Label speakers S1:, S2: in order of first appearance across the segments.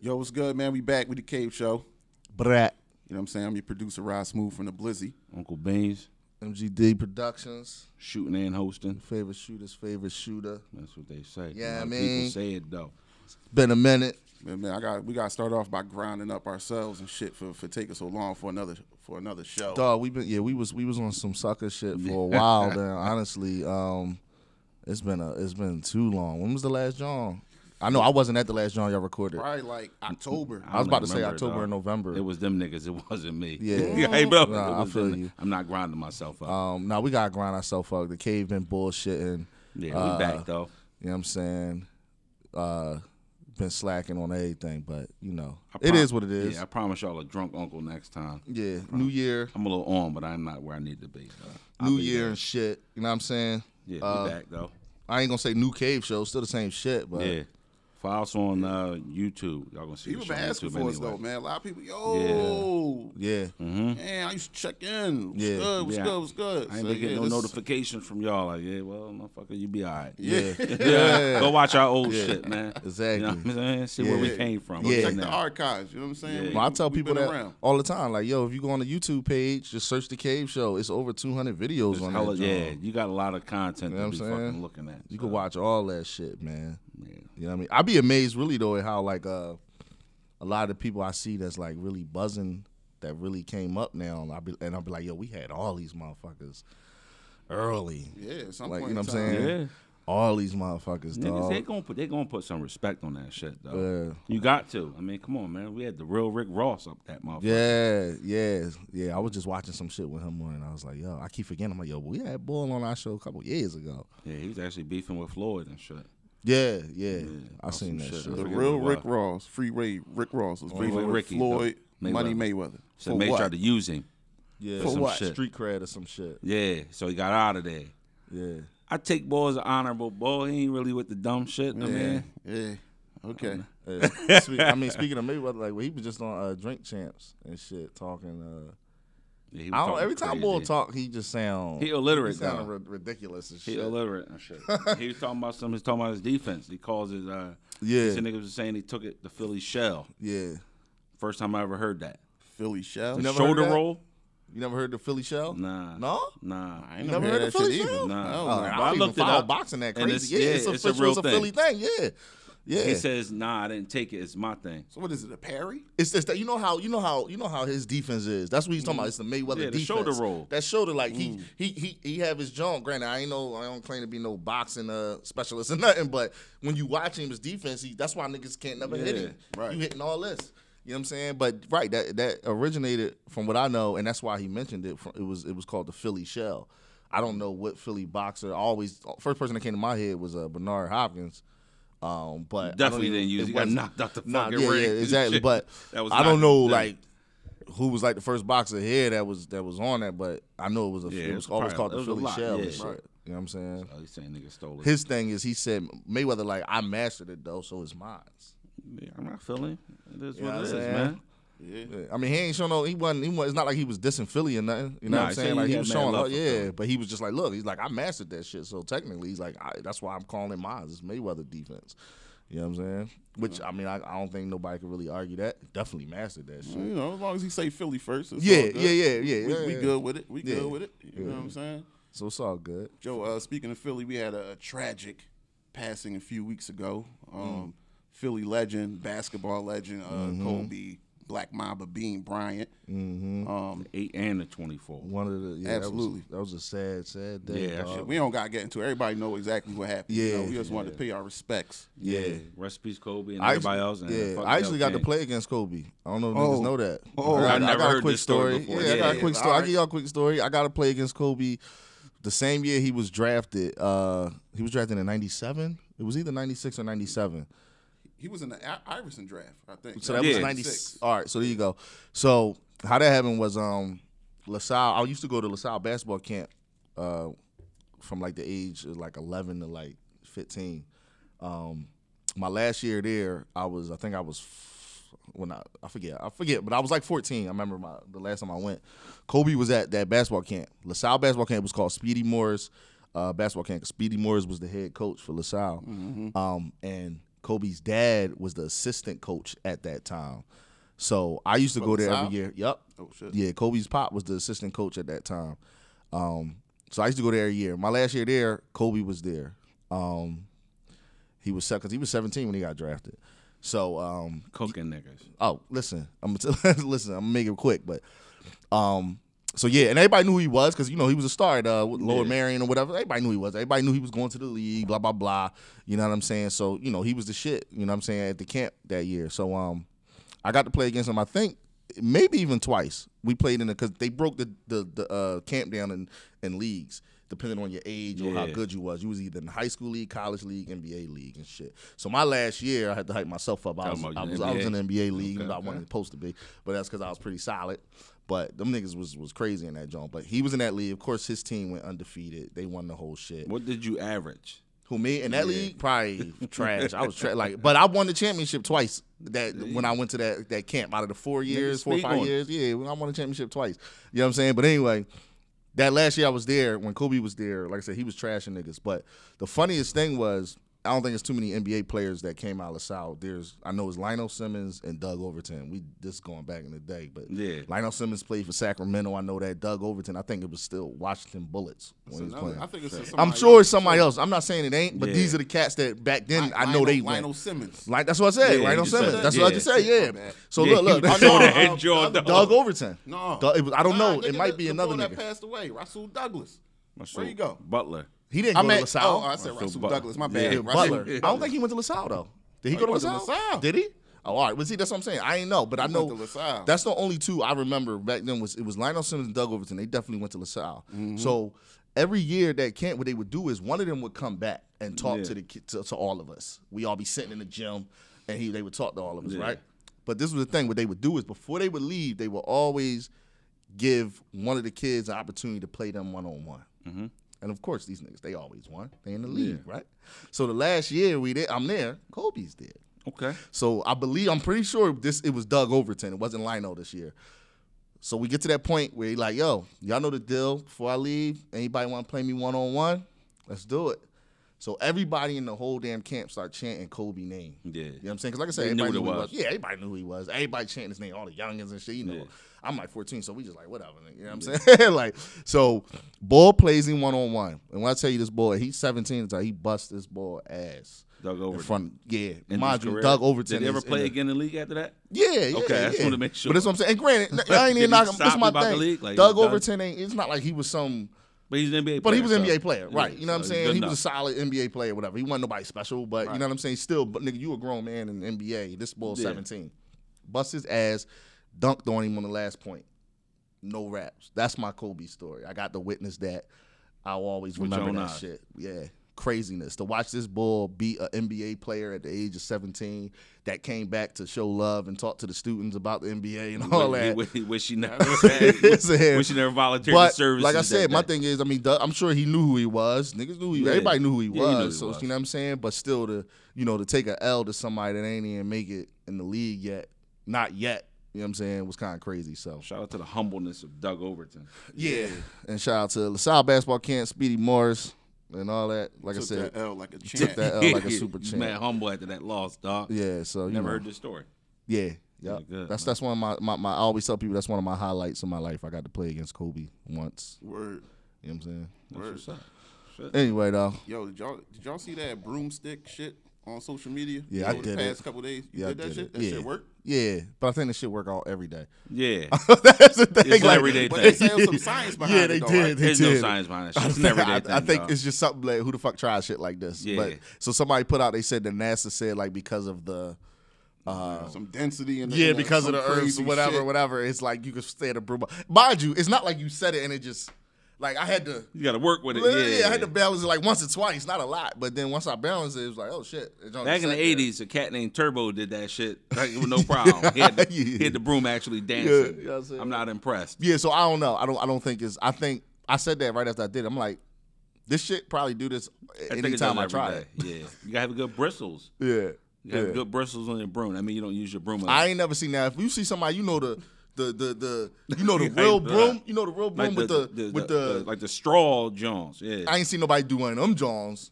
S1: Yo, what's good, man? We back with the Cave Show.
S2: Brat.
S1: You know what I'm saying? I'm your producer, Rod Smooth from the Blizzy.
S3: Uncle Beans,
S2: MGD Productions.
S3: shooting and hosting.
S2: Favorite shooter's favorite shooter.
S3: That's what they say.
S2: Yeah,
S3: A lot
S2: I
S3: of
S2: mean-
S3: people say it though.
S2: Been a minute.
S1: Man, man, I got we got to start off by grinding up ourselves and shit for for taking so long for another for another show.
S2: Dog, we been yeah, we was we was on some sucker shit for a while now. Honestly, um, it's been a it's been too long. When was the last John? I know I wasn't at the last John y'all recorded.
S1: Probably like October.
S3: I
S2: I was
S3: don't
S2: about to say
S3: remember,
S2: October
S3: dog.
S2: and November.
S3: It was them niggas. It wasn't me.
S2: Yeah.
S3: hey, bro.
S2: Nah,
S3: it
S2: I
S3: was
S2: feel
S3: them-
S2: you.
S3: I'm not grinding myself up.
S2: um, now we gotta grind ourselves up. The cave been bullshitting.
S3: yeah,
S2: uh,
S3: we back though.
S2: You know what I'm saying? Uh, been slacking on everything, but you know
S3: I
S2: it
S3: prom-
S2: is what it is.
S3: Yeah, I promise y'all a drunk uncle next time.
S2: yeah. New year,
S3: I'm a little on, but I'm not where I need to be. Though. I'll
S2: new
S3: be
S2: year
S3: there.
S2: and shit. You know what I'm saying?
S3: Yeah, we
S2: Uh,
S3: back though.
S2: I ain't gonna say new cave show, still the same shit, but
S3: yeah. Follow us on uh, YouTube. Y'all gonna see
S1: People
S3: us
S1: been
S3: on
S1: asking
S3: YouTube
S1: for
S3: anyway.
S1: us though, man. A lot of people, yo,
S2: yeah.
S3: Mm.
S1: man, I used to check in. What's
S2: Yeah.
S1: good? What's
S3: Yeah.
S1: good? What's good?
S3: I ain't
S1: So,
S3: been getting
S1: yeah,
S3: no
S1: this-
S3: notifications from y'all. Like, yeah, well, motherfucker, you be all right.
S1: Yeah,
S2: Yeah.
S3: Yeah, go watch our old
S2: Yeah.
S3: shit, man.
S2: Exactly.
S3: You know what I'm saying? See where we
S1: Yeah.
S3: came from.
S1: Go
S2: Yeah.
S1: check the
S3: Now.
S1: archives. You know what I'm saying?
S3: Yeah.
S1: We-
S2: Well, I tell
S1: we
S2: people
S1: been
S2: that
S1: around.
S2: all the time. Like, yo, if you go on the YouTube page, just search the Cave Show. It's over 200 videos
S3: It's
S2: on
S3: hella-
S2: that.
S3: yeah,
S2: joint.
S3: you got a lot of content
S2: You know what
S3: to be
S2: I'm saying?
S3: fucking looking at.
S2: you
S3: so,
S2: can watch all that shit, man.
S3: yeah.
S2: You know what I mean? I'd be amazed, really, though, at how like uh, a lot of the people I see that's like really buzzing, that really came up now. And I'll be and I'll be like, yo, we had all these motherfuckers early.
S1: Yeah, at some
S2: Like,
S1: point
S2: you know
S1: in
S2: what I'm
S1: time.
S2: saying?
S3: Yeah.
S2: All these motherfuckers,
S3: Niggas, they
S2: dog.
S3: gonna put they gonna put some respect on that shit though.
S2: Yeah.
S3: You got to. I mean, come on, man. We had the real Rick Ross up that motherfucker.
S2: Yeah, yeah, yeah. I was just watching some shit with him one, and I was like, "Yo, I keep forgetting." I'm like, "Yo, we had Bull on our show a couple years ago."
S3: Yeah, he was actually beefing with Floyd and shit.
S2: Yeah, yeah. I
S3: awesome
S2: seen that
S3: shit.
S2: shit.
S1: The
S3: Forget
S1: real
S3: what it
S1: Rick
S3: was.
S1: Ross, Free Ray Rick Ross was
S3: Over
S1: beefing with
S3: Ricky,
S1: Floyd,
S3: though.
S1: Money
S3: Mayweother.
S1: Mayweather.
S3: So
S1: For
S3: May
S1: what?
S3: tried to use him.
S2: Yeah,
S3: For
S2: some
S3: what?
S2: shit. Street cred or some shit.
S3: Yeah, so he got out of there.
S2: Yeah.
S3: I take Bo as an honorable Bo. He ain't really with the dumb shit. I
S1: Yeah,
S3: mean,
S1: yeah. Okay.
S2: Yeah. Spe- I mean, speaking of Mayweather, like well, he was just on uh, Drink Champs and shit, talking. Uh,
S3: yeah, he was
S2: I don't.
S3: talking
S2: Every time
S3: crazy.
S2: Bull talk, he just sound
S3: He illiterate,
S2: He sounded
S3: though.
S2: ri- ridiculous and
S3: He
S2: shit.
S3: illiterate and shit. he was talking about some. He's talking about his defense. He calls his. Uh,
S2: Yeah.
S3: Some niggas was saying he took it the Philly shell.
S2: yeah.
S3: First time I ever heard that.
S1: Philly Shell.
S2: never heard
S3: Shoulder
S2: that?
S3: roll?
S2: You never heard the Philly Shell?
S3: Nah.
S2: No.
S3: Nah.
S1: I ain't
S2: never heard
S1: that
S2: of
S1: shit
S2: Philly Shell?
S3: Nah.
S1: I don't
S2: Oh,
S1: know.
S2: I
S3: I
S2: don't even
S3: looked it
S2: follow
S3: up,
S2: boxing that
S3: and
S2: crazy.
S3: it's-
S2: yeah,
S3: yeah,
S2: it's,
S3: it's a
S2: official.
S3: real
S2: it's a Philly thing. Yeah, yeah.
S3: He says, nah, I didn't take it. It's my thing.
S1: So what is it? A parry?
S2: It's just that you know how you know how you know how his defense is. That's what he's talking about. It's the Mayweather
S3: Mm-hmm. Yeah, the
S2: defense.
S3: shoulder roll. Mm.
S2: That shoulder, like he he he he have his junk. Granted, I ain't no I don't claim to be no boxing uh specialist or nothing, but when you watch him his defense, he, that's why niggas can't never hit him.
S1: right.
S2: You hitting all this. You know what I'm saying? But right, that that originated from what I know, and that's why he mentioned it. From, it was it was called the Philly Shell. I don't know what Philly boxer. I always first person that came to my head was uh, Bernard Hopkins. Um, but I don't
S3: Definitely
S2: even-
S3: didn't use it. He got
S2: wasn't-
S3: knocked out the
S2: Nah,
S3: fucking
S2: yeah,
S3: ring.
S2: yeah, exactly.
S3: Shit.
S2: But
S3: That was
S2: I don't
S3: not-
S2: know,
S3: that-
S2: like who was like the first boxer here that was that was on that, but I know it was a
S3: Yeah,
S2: it
S3: it
S2: was
S3: was
S2: always
S3: probably-
S2: called
S3: it
S2: the
S3: was a
S2: Philly
S3: lot,
S2: Shell
S3: yeah.
S2: and shit.
S3: Right.
S2: You know what I'm saying?
S3: Oh, he's saying nigga stole it.
S2: His thing is he said Mayweather like I mastered it though, so it's mine.
S3: Yeah, I'm not feeling. It is
S2: You know
S3: what
S2: what
S3: it is,
S2: I'm saying?
S3: man.
S1: Yeah.
S2: I mean, he ain't showing no. He wasn't. He was It's not like he was dissing Philly or nothing. You know what
S3: Nah,
S2: I'm
S3: he
S2: saying?
S3: said
S2: Like
S3: he
S2: he
S3: had
S2: was
S3: mad
S2: showing,
S3: love
S2: love,
S3: for
S2: yeah.
S3: Philly.
S2: But he was just like, look, he's like, I mastered that shit. So technically, he's like, I, that's why I'm calling it mine. It's Mayweather defense. You know what I'm saying? Which I mean, I, I don't think nobody could really argue that. Definitely mastered that shit.
S1: You know, as long as he say Philly first. It's
S2: Yeah,
S1: all good.
S2: yeah, yeah, yeah,
S1: We,
S2: yeah,
S1: we
S2: yeah.
S1: good with it. We
S2: Yeah.
S1: good with it. You know what I'm saying?
S2: So it's all good.
S1: Joe, uh, speaking of Philly, we had a, a tragic passing a few weeks ago.
S2: Mm.
S1: Um, Philly legend, basketball legend, uh,
S2: Mm-hmm.
S1: Kobe Black Mamba Bean Bryant.
S2: Mm-hmm.
S1: Um,
S3: Eight and the 24.
S2: One of the yeah,
S1: Absolutely.
S2: That was, that was a sad, sad day.
S3: Yeah, that
S2: dog.
S3: shit-
S1: we don't gotta get into it. Everybody know exactly what happened. you
S2: Uh, Yeah.
S1: know? we just wanted to pay our respects.
S2: yeah.
S3: Rest in peace, Kobe, and
S2: I
S3: everybody
S2: actu-
S3: else. And
S2: yeah,
S3: fuck
S2: I actually
S3: Dale
S2: got to
S3: King.
S2: play against Kobe. I don't know if
S1: Oh.
S2: niggas know that.
S1: Oh, I
S2: got-
S3: never
S2: got a
S3: heard
S2: quick
S3: this story
S2: story.
S3: before.
S2: Yeah, I
S3: Yeah,
S2: got a
S3: yeah,
S2: quick
S1: yeah.
S2: story.
S1: Alright.
S2: I give y'all a quick story. I got to play against Kobe. The same year he was drafted, uh, he was drafted in '97. It was either '96 or '97.
S1: He was in the I- Iverson draft, I think.
S2: So that was
S3: Yeah.
S2: '96. All right, so there you go. So how that happened was um, LaSalle. I used to go to LaSalle basketball camp uh, from like the age of like 11 to like 15. Um, my last year there, I was I think I was f- when I I forget I forget, but I was like 14. I remember my the last time I went. Kobe was at that basketball camp. LaSalle basketball camp was called Speedy
S1: Mm-hmm.
S2: Morris uh, basketball camp. Speedy Morris was the head coach for LaSalle, um, and Kobe's dad was the assistant coach at that time. So I used to go there
S1: LaSalle?
S2: every year. Yep.
S1: Oh, shit.
S2: Yeah, Kobe's pop was the assistant coach at that time. Um, so I used to go there every year. My last year there, Kobe was there. Um, he was second. He was 17 when he got drafted. So um,
S3: Cooking niggas.
S2: Oh, listen, I'm gonna t- listen. I'm gonna make it quick, but um, so yeah, and everybody knew who he was because you know he was a star at uh, with Lower Marion or whatever. Everybody knew he was. Everybody knew he was going to the league. Blah blah blah. You know what I'm saying? So you know he was the shit. You know what I'm saying at the camp that year. So um, I got to play against him. I think maybe even twice we played in it because they broke the the, the uh, camp down in in leagues. Depending on your age or how
S3: Yeah.
S2: good you was, you was either in high school league, college league, NBA league, and shit. So my last year, I had to hype myself up. I was,
S3: Talking
S2: I
S3: about
S2: was,
S3: your
S2: I was
S3: NBA.
S2: in the NBA league,
S3: Okay,
S2: but I
S3: okay.
S2: wasn't supposed to be. But that's because I was pretty solid. But them niggas was was crazy in that joint. But he was in that league. Of course, his team went undefeated. They won the whole shit.
S3: What did you average?
S2: Who me in that league? Probably trash. I was trash. Like, but I won the championship twice. That when I went to that that camp out of the four years, four or
S3: speak
S2: five
S3: on it.
S2: years, yeah, when I won the championship twice. You know what I'm saying? But anyway, that last year I was there when Kobe was there. Like I said, he was trashing niggas. But the funniest thing was, I don't think it's too many NBA players that came out of LaSalle. There's, I know it's Lionel Simmons and Doug Overton. We this going back in the day, but
S3: Yeah.
S2: Lionel Simmons played for Sacramento. I know that Doug Overton. I think it was still Washington Bullets when he was
S1: Another-
S2: playing.
S1: I think it's just
S2: I'm
S1: somebody
S2: sure
S1: else.
S2: it's somebody else. I'm not saying it ain't, but
S3: Yeah.
S2: these are the cats that back then
S1: Lionel-
S2: I know they went.
S1: Lionel Simmons.
S2: Like that's what I said.
S3: Yeah,
S2: Lionel
S3: you said
S2: Simmons.
S3: that.
S2: That's what I just said.
S1: Yeah.
S2: Yeah. So
S3: Yeah,
S2: look,
S3: he
S2: look.
S3: was on
S2: No,
S3: the
S2: uh,
S3: head jaw,
S2: Doug,
S3: dog.
S2: Overton.
S1: No,
S2: Doug- it was- I don't
S1: Nah,
S2: know.
S1: nigga,
S2: it might
S1: the-
S2: be
S1: the
S2: another
S1: boy
S2: nigga.
S1: that passed away. Rasul Douglas.
S3: So,
S1: Where you go?
S3: Butler.
S2: He didn't
S1: I
S2: go
S1: meant
S2: to LaSalle.
S1: Oh, I said
S3: Russell
S1: Rasul
S3: Butler.
S1: Douglas. My
S3: Yeah,
S1: bad. Russell
S2: Butler. I don't
S1: Douglas.
S2: think he went to LaSalle though. Did he
S1: Oh,
S2: go
S1: he
S2: to
S1: went to
S2: LaSalle?
S1: LaSalle.
S2: Did he? Oh, all right. But see, that's what I'm saying. I ain't know, but I
S1: He
S2: know
S1: went to LaSalle.
S2: that's the only two I remember back then was it was Lionel Simmons and Doug Overton. They definitely went to LaSalle.
S1: Mm-hmm.
S2: So every year that camp, what they would do is one of them would come back and talk
S3: Yeah.
S2: to the ki- to, to all of us. We all be sitting in the gym, and he they would talk to all of us,
S3: Yeah.
S2: right? But this was the thing. What they would do is before they would leave, they would always give one of the kids an opportunity to play them one on one.
S1: Mm-hmm.
S2: And of course, these niggas they always won. They in the league, right? So the last year we did, I'm there. Kobe's there.
S3: Okay.
S2: So I believe I'm pretty sure this it was Doug Overton. It wasn't Lionel this year. So we get to that point where he like, yo, y'all know the deal. Before I leave, anybody want to play me one on one? Let's do it. So everybody in the whole damn camp start chanting Kobe name.
S3: Yeah.
S2: you know what I'm saying? Because like I said,
S3: They knew
S2: everybody knew,
S3: who
S2: who
S3: it
S2: he was.
S3: was.
S2: Yeah, everybody knew who he was. Everybody chanting his name. All the youngins and shit. You know, I'm like 14, so we just like whatever. nigga, You know what I'm saying? like, so Bull plays him one on one, and when I tell you this boy, he's 17. It's like he busts this ball ass.
S3: Doug
S2: In
S3: Overton.
S2: front, yeah.
S3: In
S2: Mind
S3: his
S2: you,
S3: career.
S2: Doug Overton.
S3: Did he ever
S2: is in
S3: play
S2: the-
S3: again in the league after that?
S2: Yeah, yeah.
S3: Okay, I just
S2: yeah.
S3: wanna make
S2: But that's what I'm saying. And granted, I ain't
S3: Did he
S2: even knocking.
S3: stop
S2: It's my
S3: about the
S2: thing.
S3: league? Like,
S2: Doug
S3: he was done?
S2: Overton ain't. It's not like he was some.
S3: But he's an NBA player.
S2: But he was an
S3: so-
S2: NBA player, right?
S3: Yeah,
S2: you know what I'm
S3: so he's
S2: saying?
S3: good
S2: He
S3: enough.
S2: was a solid NBA player, whatever. He wasn't nobody special, but you know what I'm saying. Still, but nigga, you a grown man in the NBA. This bull
S3: Yeah.
S2: 17, bust his ass, dunked on him on the last point. No raps. That's my Kobe story. I got to witness that. I'll always
S3: With your
S2: remember
S3: own
S2: that
S3: eyes.
S2: shit. Yeah, craziness to watch this bull beat an NBA player at the age of 17 that came back to show love and talk to the students about the NBA and all
S3: Wish-
S2: that.
S3: He, wish- wish he never had.
S2: Yes, yeah.
S3: wish he never volunteered
S2: But
S3: his services.
S2: like I
S3: that
S2: said, my
S3: day.
S2: thing is, I mean, Doug, I'm sure he knew who he was. Niggas knew who he,
S3: Yeah.
S2: everybody knew who he
S3: Yeah, he
S2: was.
S3: knew who he
S2: so
S3: was.
S2: you know what I'm saying. But still, to you know, to take a L to somebody that ain't even make it in the league yet, not yet. You know what I'm saying was kind of crazy. So
S3: Shout out to the humbleness of Doug Overton.
S2: yeah, and shout out to LaSalle basketball camp, Speedy Morris, and all that. Like I
S1: Took
S2: said,
S1: that L like a champ.
S2: that L like a super
S3: He's
S2: champ.
S3: Mad humble after that loss, dog.
S2: yeah. So you
S3: Never
S2: know,
S3: heard this story.
S2: yeah. Yeah,
S3: good,
S2: that's that's one of my, my, my I always tell people that's one of my highlights of my life. I got to play against Kobe once.
S1: Word.
S2: You know what I'm saying?
S1: Word.
S3: What's up?
S2: Anyway though.
S1: Yo, did y'all did y'all see that broomstick shit on social media?
S2: Yeah,
S1: You
S2: I
S1: know, the
S2: did it.
S1: Past couple days, you
S2: Yeah, I
S1: did that
S2: did
S1: shit.
S2: it.
S1: That
S2: yeah.
S1: shit worked.
S2: Yeah, but I think this shit work out every day.
S3: Yeah.
S2: That's the thing.
S3: It's an
S2: like-
S3: everyday
S1: But
S3: thing.
S1: they said some science behind
S2: yeah,
S1: it.
S2: they
S1: though,
S2: did.
S1: right?
S2: They
S3: There's no
S2: did.
S3: science behind that shit.
S2: I
S3: It's an
S2: think-
S3: everyday
S2: I, I
S3: thing,
S2: think
S3: dog.
S2: it's just something like who the fuck tries shit like this.
S3: Yeah.
S2: But so somebody put out. They said that NASA said like because of the Oh.
S1: Some density and
S2: yeah because of the Earth's
S1: earth,
S2: whatever whatever. It's like you could stay at a brew. bar. Mind you, it's not like you said it and it just like I had to.
S3: You got to work with it.
S2: Literally,
S3: yeah.
S2: I had to balance it like once or twice, not a lot. But then once I balanced it, it was like, oh shit. it just
S3: Back in
S2: sat
S3: the
S2: there.
S3: '80s, a cat named Turbo did that shit like, with no problem. He had the,
S2: Yeah.
S3: he had the broom actually
S2: Yeah,
S3: dancing.
S2: you know what I'm saying?
S3: I'm not impressed.
S2: Yeah, so I don't know. I don't. I don't think it's. I think I said that right after I did. it. I'm like, this shit probably do this
S3: I think it
S2: anytime I
S3: does every
S2: try it.
S3: day. Yeah, you gotta have good bristles.
S2: Yeah,
S3: You gotta have good bristles on your broom. I mean, you don't use your broom.
S2: I ain't never seen that. If you see somebody, you know the the the, the you know the
S3: Like
S2: real
S3: the-
S2: broom. You know the real broom with the, with the.
S3: like the straw Jones. Yeah,
S2: I ain't seen nobody do one of them Johns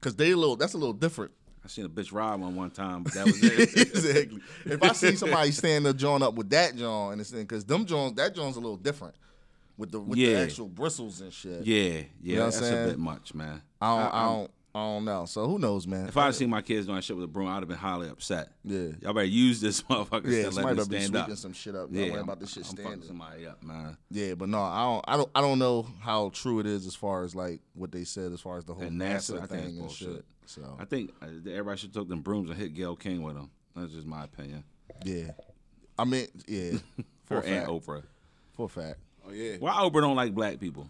S2: because they a little. That's a little different.
S3: I seen a bitch ride one one time, but that was it.
S2: exactly. If I see somebody standing up, joint up with that joint and this thing, because them joints, that joint's a little different with the with
S3: Yeah.
S2: the actual bristles and shit.
S3: yeah, yeah,
S2: know what
S3: that's
S2: I'm saying?
S3: a bit much, man.
S2: I don't, I, don't, I don't know. So who knows, man?
S3: If I had seen my kids doing that shit with a broom, I'd have been highly upset.
S2: Yeah.
S3: y'all better use this motherfucker
S2: yeah,
S3: to
S2: somebody
S3: let
S2: better
S3: them
S2: be
S3: stand
S2: sweeping
S3: up.
S2: some shit up.
S3: yeah,
S2: not worrying
S3: I'm-
S2: about this shit
S3: I'm fucking
S2: standing.
S3: somebody up, man.
S2: Yeah, but no, I don't, I don't, I don't know how true it is as far as like what they said as far as the whole
S3: And
S2: NASA,
S3: NASA, I think
S2: thing
S3: it's
S2: and shit.
S3: bullshit.
S2: So
S3: I think uh, everybody should took them brooms and hit Gail King with them. That's just my opinion.
S2: yeah, I mean, yeah,
S3: Her
S2: for a
S3: and
S2: fact,
S3: Oprah.
S2: for a fact.
S1: Oh yeah,
S3: Why Oprah don't like black people?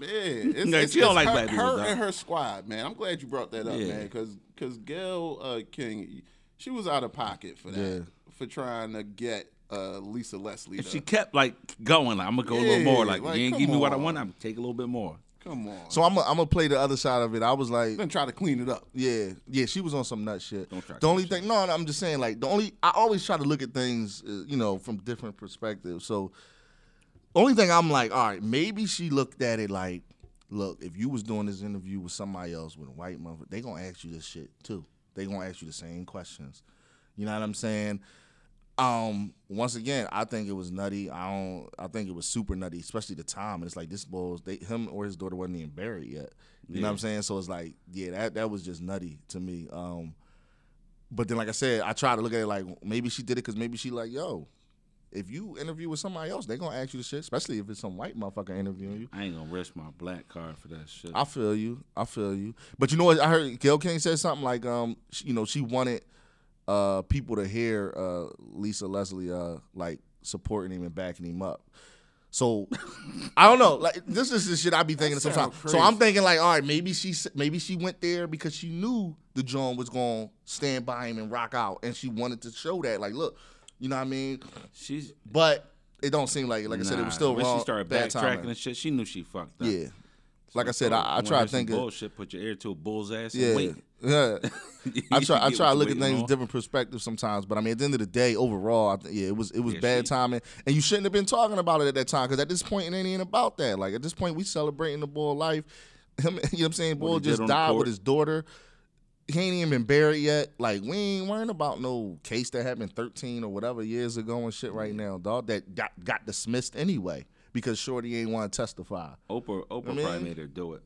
S1: yeah. It's,
S3: No,
S1: it's-
S3: she
S1: it's
S3: don't like
S1: her,
S3: black people,
S1: Her
S3: dog.
S1: and her squad, man. I'm glad you brought that up,
S3: Yeah.
S1: man, because because Gail uh, King, she was out of pocket for that
S2: Yeah.
S1: for trying to get uh, Lisa Leslie.
S3: If
S1: to-
S3: she kept like going, like I'm gonna go a
S1: Yeah,
S3: little more. Like,
S1: like,
S3: you ain't
S1: come
S3: give me what I
S1: on.
S3: want, I'm gonna take a little bit more.
S1: come on,
S2: So I'm, i I'm gonna play the other side of it. I was like,
S1: then try to clean it up.
S2: Yeah, yeah, she was on some nut shit.
S3: Don't try
S2: the
S3: to
S2: only thing, no, no, I'm just saying, like the only, I always try to look at things, uh, you know, from different perspectives. So, only thing I'm like, all right, maybe she looked at it like, look, if you was doing this interview with somebody else with a white mother, they gonna ask you this shit too. They gonna ask you the same questions. You know what I'm saying? Um, once again, I think it was nutty. I don't. I think it was super nutty, especially the time. And it's like this boy's they him or his daughter wasn't even buried yet. You know what I'm saying? So it's like, yeah, that that was just nutty to me. Um, but then like I said, I tried to look at it like maybe she did it because maybe she like, yo, if you interview with somebody else, they gonna ask you the shit, especially if it's some white motherfucker interviewing you.
S3: I ain't gonna risk my black card for that shit.
S2: I feel you. I feel you. But you know what? I heard Gail King said something like, um, she, you know, she wanted uh people to hear uh Lisa Leslie uh like supporting him and backing him up. So I don't know. Like this is the shit I be thinking
S1: sound
S2: sometimes. So
S1: crazy.
S2: I'm thinking like, all right, maybe she s- maybe she went there because she knew the John was gonna stand by him and rock out, and she wanted to show that. Like, look, you know what I mean?
S3: She's
S2: But it don't seem like it. Like I said, it was still
S3: when
S2: wrong.
S3: she started
S2: bad
S3: backtracking
S2: timing.
S3: and shit, she knew she fucked up.
S2: Yeah. Like I said,
S3: So,
S2: I, I try
S3: when
S2: to
S3: there's some
S2: think of
S3: bullshit. Put your ear to a bull's ass and
S2: yeah.
S3: wait.
S2: Yeah. I
S3: You
S2: try. I
S3: get
S2: try to
S3: what you
S2: look at
S3: waiting
S2: things
S3: on.
S2: different perspectives sometimes, but I mean, at the end of the day, overall, I th- yeah, it was it was
S3: Yeah,
S2: bad
S3: she-
S2: timing, and you shouldn't have been talking about it at that time because at this point, it ain't even about that. Like at this point, we celebrating the boy life. Him, you know what I'm saying? Boy
S3: he did
S2: just
S3: on the
S2: died with
S3: court.
S2: his daughter. He ain't even been buried yet. Like we ain't worrying about no case that happened 13 or whatever years ago and shit right now, dog. That got got dismissed anyway because Shorty ain't want to testify.
S3: Oprah, Oprah
S2: mean-
S3: probably made her do it.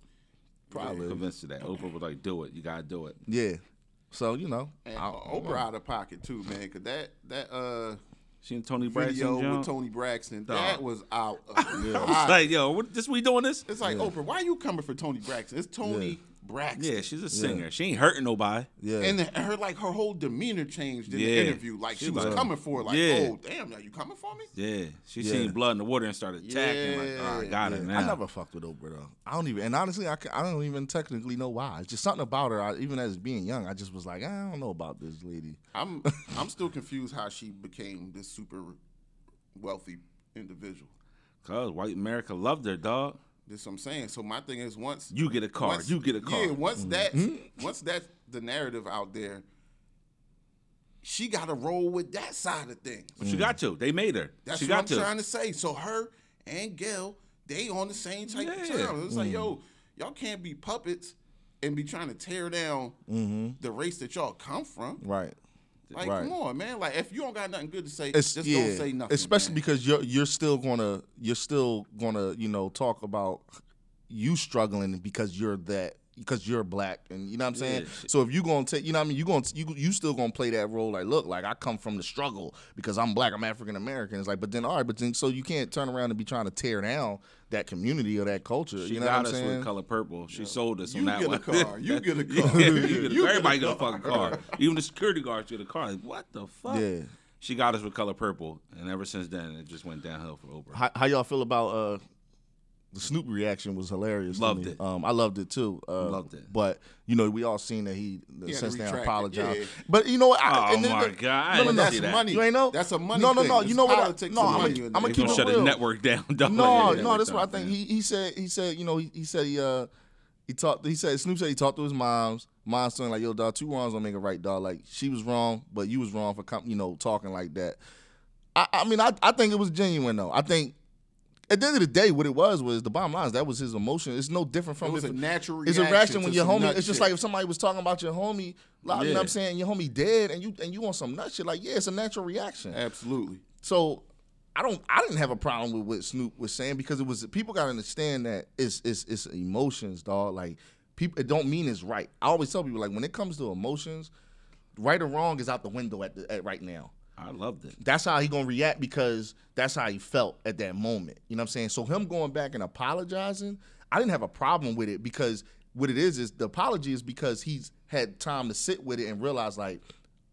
S3: Probably convinced her that Oprah was like, "Do it, you gotta do it."
S2: Yeah, so you know,
S1: And
S2: I-
S3: oh,
S1: Oprah out of pocket too, man. Cause that that uh
S3: She and Tony
S1: video
S3: Braxton. Jones.
S1: with Tony Braxton,
S3: Dog.
S1: that was out. Of
S3: I was
S1: pocket.
S3: like, "Yo, what, this we doing this?"
S1: It's like Oprah, why are you coming for Tony Braxton? It's Tony
S2: Yeah.
S1: Braxton.
S3: Yeah, she's a singer. She ain't hurting nobody.
S2: yeah.
S1: And the- her like her whole demeanor changed in
S3: Yeah.
S1: the interview. Like she,
S3: She
S1: was
S3: like-
S1: coming for it, like,
S3: Yeah.
S1: oh damn, are you coming for me?
S3: Yeah, she
S2: Yeah.
S3: seen blood in the water and started attacking. Like,
S1: Yeah.
S3: oh, I got it
S2: Yeah,
S3: now.
S2: I never fucked with Oprah though. I don't even, and honestly, I, ca- I don't even technically know why. It's just something about her. I, even as being young, I just was like, I don't know about this lady.
S1: I'm I'm still confused how she became this super wealthy individual.
S3: Cause white America loved her, dog.
S1: That's what I'm saying. So my thing is once
S3: You get a car.
S1: once-
S3: you get a car. Mm. Mm-hmm.
S1: Yeah, once that once that's the narrative out there, she gotta roll with that side of things.
S3: But she got to. They made her.
S1: That's
S3: Mm. she
S1: what
S3: got
S1: I'm
S3: to.
S1: trying to say. So her and Gail, they on the same type of
S3: Yeah. Mm.
S1: time. It's like, yo, y'all can't be puppets and be trying to tear down
S3: Mm-hmm.
S1: the race that y'all come from.
S2: Right.
S1: Like,
S2: Right.
S1: come on, man. Like, if you don't got nothing good to say,
S2: It's,
S1: just
S2: yeah,
S1: don't say nothing.
S2: Especially
S1: man.
S2: because you're you're still gonna you're still gonna you know talk about you struggling because you're that because you're black and you know what I'm saying.
S3: Yeah, shit.
S2: So if you gonna take you know what I mean you gonna you you still gonna play that role like look like I come from the struggle because I'm black I'm African American. It's like but then all right but then so you can't turn around and be trying to tear down that community or that culture.
S3: She
S2: you know
S3: got
S2: what I'm
S3: us
S2: saying?
S3: with color purple. She sold us
S1: You
S3: on that
S1: get a
S3: one.
S1: car. You get a
S3: Yeah,
S1: car.
S3: you get a-
S1: You get
S3: everybody
S1: a
S3: get a
S1: car.
S3: fucking car. Even the security guards get a car. Like, what the fuck?
S2: Yeah.
S3: She got us with color purple, and ever since then, it just went downhill for Oprah.
S2: how, how y'all feel about uh the Snoop reaction was hilarious. to
S3: Loved
S2: me.
S3: it.
S2: Um, I loved it too. Uh,
S3: Loved it.
S2: But you know, we all seen that he
S1: had to
S2: since then
S1: retract it,
S2: apologized.
S1: yeah.
S2: But you know what? I,
S3: Oh
S2: and then
S3: my
S2: the-
S3: God, I
S2: No, no,
S3: didn't
S2: no,
S1: see that.
S2: You ain't know?
S1: That's a money
S2: No, no, no.
S1: thing.
S2: You
S1: It's
S2: know what? I,
S1: politics and
S2: no, I'm
S1: money in
S2: gonna
S1: there.
S2: keep
S3: gonna
S2: it
S3: shut
S2: real.
S3: his network down. dog.
S2: No,
S3: Yeah, yeah,
S2: no, that's
S3: yeah.
S2: what I think. He he said he said you know he, he said he uh he talked he said Snoop said he talked to his mom's mom's son like yo dog two wrongs don't make a right dog like she was wrong but you was wrong for com- you know talking like that. I I mean I I think it was genuine though. I think at the end of the day, what it was was the bottom line is that was his emotion. It's no different from
S1: It was
S2: if
S1: a natural
S2: Oh, It's a
S1: reaction
S2: reaction when
S1: to
S2: your
S1: some
S2: homie.
S1: nut
S2: It's just
S1: shit.
S2: like if somebody was talking about your homie. Like, You know
S3: Yeah.
S2: what I'm saying? Your homie dead, and you and you on some nut shit. Like, yeah, it's a natural reaction.
S1: Absolutely.
S2: So I don't I didn't have a problem with what Snoop was saying because it was people gotta understand that it's it's it's emotions, dog. Like people it don't mean it's right. I always tell people like when it comes to emotions, right or wrong is out the window at, the, at right now.
S3: I loved it.
S2: That's how he gonna react because that's how he felt at that moment. You know what I'm saying? So him going back and apologizing, I didn't have a problem with it because what it is is the apology is because he's had time to sit with it and realize like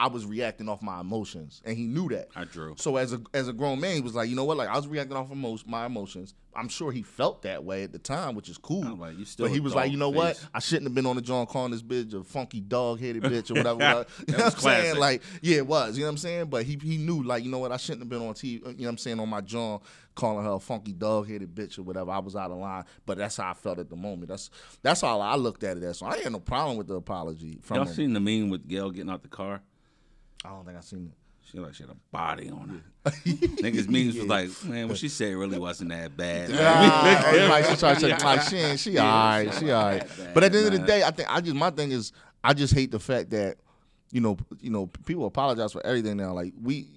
S2: I was reacting off my emotions and he knew that.
S3: I drew.
S2: So as a as a grown man, he was like, you know what? Like I was reacting off emo- my emotions. I'm sure he felt that way at the time, which is cool.
S3: I'm like, you still
S2: but he
S3: a
S2: was like,
S3: dog
S2: you know what?
S3: face.
S2: I shouldn't have been on the John Connors bitch or funky dog headed bitch or whatever. whatever. you know
S3: was
S2: what I'm saying?
S3: classic.
S2: Like, yeah, it was. You know what I'm saying? But he he knew like, you know what? I shouldn't have been on TV. You know what I'm saying? On my John calling her a funky dog headed bitch or whatever. I was out of line, but that's how I felt at the moment. That's that's all I looked at it as. So I had no problem with the apology from
S3: Y'all
S2: him.
S3: seen the meme with Gail getting out the car?
S2: I don't think I seen it.
S3: She like she had a body on her. Niggas memes was like, man, what she said really wasn't that bad.
S2: Nah, everybody just try to check my chin. She all right. She all right.
S3: bad,
S2: But at the end of the
S3: man.
S2: day, I think I just my thing is I just hate the fact that you know you know people apologize for everything now. Like we,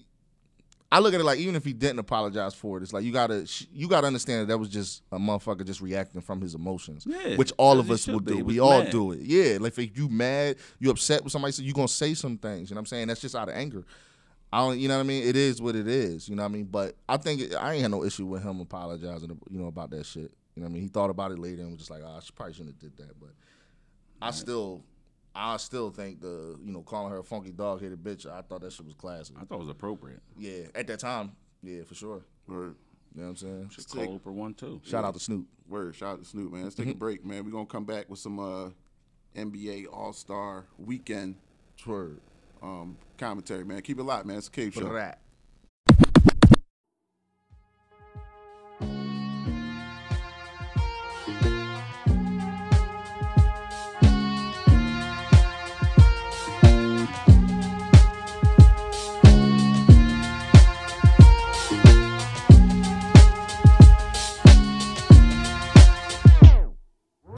S2: I look at it like even if he didn't apologize for it, it's like you gotta sh- you gotta understand that that was just a motherfucker just reacting from his emotions,
S3: Yeah,
S2: which all
S3: as
S2: of
S3: he
S2: us
S3: should
S2: will
S3: be.
S2: do.
S3: He
S2: We
S3: was
S2: all
S3: mad.
S2: do it. Yeah, like if you mad, you upset with somebody, so you gonna say some things. You know what I'm saying? That's just out of anger. I don't, you know what I mean? It is what it is, you know what I mean? But I think it, I ain't had no issue with him apologizing, you know, about that shit. You know what I mean? He thought about it later and was just like, oh, I should- probably shouldn't have did that. But I still, I still think the, you know, calling her a funky dog headed bitch, I thought that shit was classic.
S3: I thought it was appropriate.
S2: Yeah, at that time, yeah, for sure.
S1: Word.
S2: You know what I'm saying?
S3: Should
S1: take-
S3: call Oprah one too.
S2: Shout out to Snoop.
S1: Word. Shout out to Snoop, man. Let's
S2: Mm-hmm.
S1: take a break, man. We're gonna come back with some uh, NBA All Star Weekend
S2: Twerk.
S1: um, commentary, man. Keep it locked, man. It's a cave show.
S2: Brat.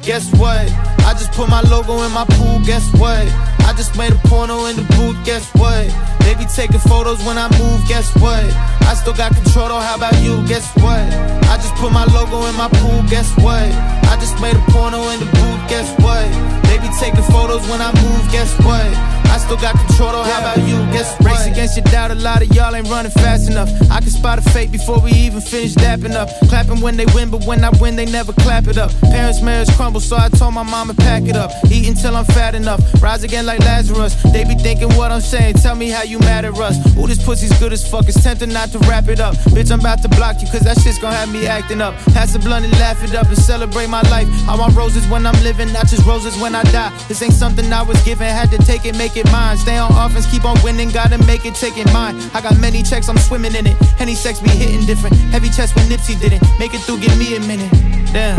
S4: Guess what? I just put my logo in my pool. Guess what? I just made a porno in the booth. Guess what? They be taking photos when I move. Guess what? I still got control. Though. How about you? Guess what? I just put my logo in my pool. Guess what? I just made a porno in the booth. Guess what? They be taking photos when I move. Guess what? I still got control. Though. How about you? Guess what? Race against your doubt. A lot of y'all ain't running fast enough. I can spot a fake before we even finish dapping up. Clapping when they win, but when I win, they never clap it up. Parents' marriage crumble, so I told my mama pack it up. Eat until I'm fat enough. Rise again like Lazarus. They be thinking what I'm saying. Tell me how you mad at us. Ooh, this pussy's good as fuck. It's tempting not to wrap it up. Bitch, I'm about to block you, cause that shit's gonna have me acting up. Pass the blunt and laugh it up and celebrate my life. I want roses when I'm living, not just roses when I die. This ain't something I was given. Had to take it, make it mine. Stay on offense, keep on winning. Gotta make it, take it mine. I got many checks, I'm swimming in it. Any sex be hitting different. Heavy chest when Nipsey didn't. Make it through, give me a minute. Damn.